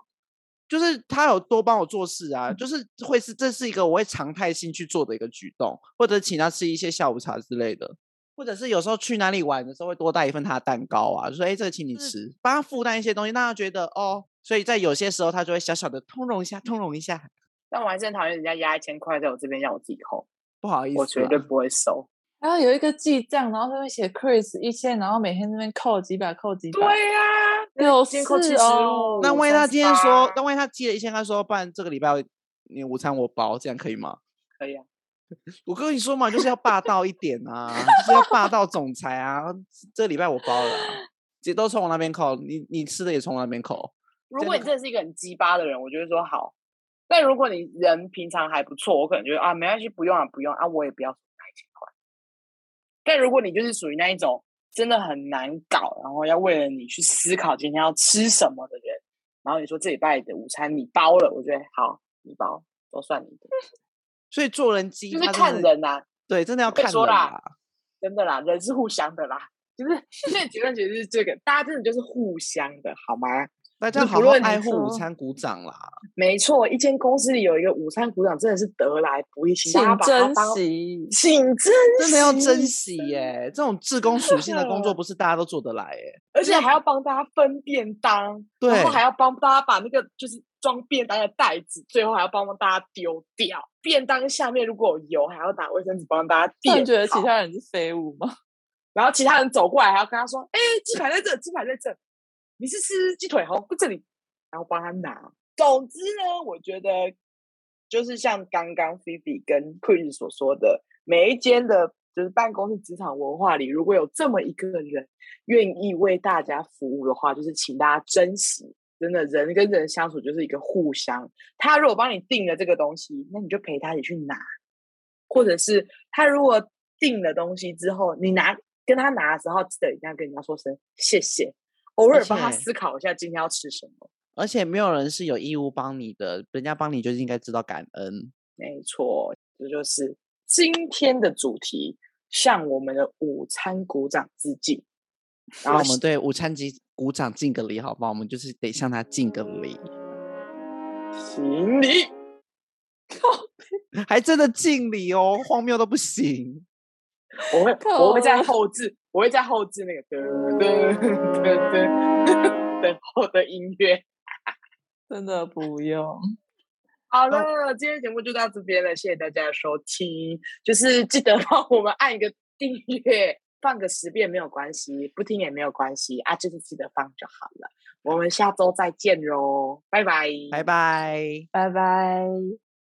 Speaker 4: 就是他有多帮我做事啊，就是会是这是一个我会常态性去做的一个举动，或者请他吃一些下午茶之类的。或者是有时候去哪里玩的时候会多带一份他的蛋糕啊，就说哎、这个请你吃，帮他负担一些东西，让他觉得哦，所以在有些时候他就会小小的通融一下，通融一下，
Speaker 2: 但我还是很讨厌人家压一千块在我这边让我自己扣，
Speaker 4: 不好意思啦，啊
Speaker 2: 我绝对不会收。
Speaker 3: 然后有一个记账，然后上面写 Chris 一千，然后每天那边扣几百，扣几百，
Speaker 2: 呀、
Speaker 3: 有
Speaker 2: 啊今天扣
Speaker 3: 事
Speaker 2: 75
Speaker 3: 哦。
Speaker 4: 那
Speaker 2: 我啊
Speaker 4: 万一他
Speaker 2: 38
Speaker 4: 今天说，那万一他寄了一千，他说，不然这个礼拜我你午餐我包，这样可以吗？
Speaker 2: 可以啊，
Speaker 4: 我跟你说嘛，就是要霸道一点啊，就是要霸道总裁啊。这个礼拜我包了、啊，姐都从我那边扣，你你吃的也从我那边扣。
Speaker 2: 如
Speaker 4: 真
Speaker 2: 果
Speaker 4: 的
Speaker 2: 你真的是一个很鸡巴的人，我就会说好。但如果你人平常还不错，我可能就会啊没关系，不用啊不用啊，我也不要拿一千块。但如果你就是属于那一种真的很难搞，然后要为了你去思考今天要吃什么的人，然后你说这礼拜的午餐你包了，我觉得好，你包都算你的，
Speaker 4: 所以做人机
Speaker 2: 就是看，人呐、
Speaker 4: 对，真的要
Speaker 2: 跟
Speaker 4: 看
Speaker 2: 你
Speaker 4: 人
Speaker 2: 说啦
Speaker 4: 啦。
Speaker 2: 真的啦，人是互相的啦。就是现在结论其实是这个，大家真的就是互相的，好吗？
Speaker 4: 大
Speaker 2: 就
Speaker 4: 家
Speaker 2: 是
Speaker 4: 好
Speaker 2: 不
Speaker 4: 好
Speaker 2: 论你
Speaker 4: 爱护午
Speaker 3: 说
Speaker 4: 餐，鼓掌 啦。
Speaker 2: 没错，一间公司里有一个午餐股长，真的是得来不易，请大
Speaker 3: 请
Speaker 2: 家把它
Speaker 3: 珍
Speaker 2: 当，
Speaker 3: 惜，
Speaker 2: 请珍惜，
Speaker 4: 真的要珍，惜耶、这种志工属性的工作
Speaker 2: 的
Speaker 4: 不是大家都做得来耶、
Speaker 2: 而且还要帮大家分便当，然后
Speaker 4: 对
Speaker 2: 还要帮大家把那个就是装便当的袋子，最后还要帮大家丢掉。便当下面如果有油，还要拿卫生纸帮大家
Speaker 3: 那
Speaker 2: 垫
Speaker 3: 你觉得
Speaker 2: 好
Speaker 3: 其他人是废物吗？
Speaker 2: 然后其他人走过来还要跟他说：“哎、鸡排在这，鸡排在这，你是吃鸡腿哦，在这里。”然后帮他拿。总之呢，我觉得就是像刚刚菲比跟 Queen 所说的，每一间的就是办公室职场文化里，如果有这么一个人愿意为大家服务的话，就是请大家珍惜。真的，人跟人相处就是一个互相。他如果帮你订了这个东西，那你就陪他一起去拿。或者是他如果订了东西之后，你拿跟他拿的时候，记得一定要跟人家说声谢谢，偶
Speaker 4: 而
Speaker 2: 尔帮他
Speaker 4: 且
Speaker 2: 思考一下今天要吃什么。
Speaker 4: 而且没有人是有义务帮你的，人家帮你就应该知道感恩。
Speaker 2: 没错，这就是今天的主题，向我们的午餐鼓掌致敬。然
Speaker 4: 让
Speaker 2: 后
Speaker 4: 我们对午餐及鼓掌敬个礼，好不好？我们就是得向他敬个礼，
Speaker 2: 行礼。
Speaker 4: 还真的敬礼哦，荒谬都不行。
Speaker 2: 我会
Speaker 3: 靠
Speaker 2: 我会在
Speaker 3: 了
Speaker 2: 后置，我会在后置那个噔噔噔噔 等后的音乐。
Speaker 3: 真的不用。
Speaker 2: 好了，今天节目就到这边了，谢谢大家的收听。就是记得帮我们按一个订阅，放个十遍没有关系，不听也没有关系啊，就是记得放就好了。我们下周再见喽，拜拜，
Speaker 4: 拜拜。
Speaker 3: 拜拜。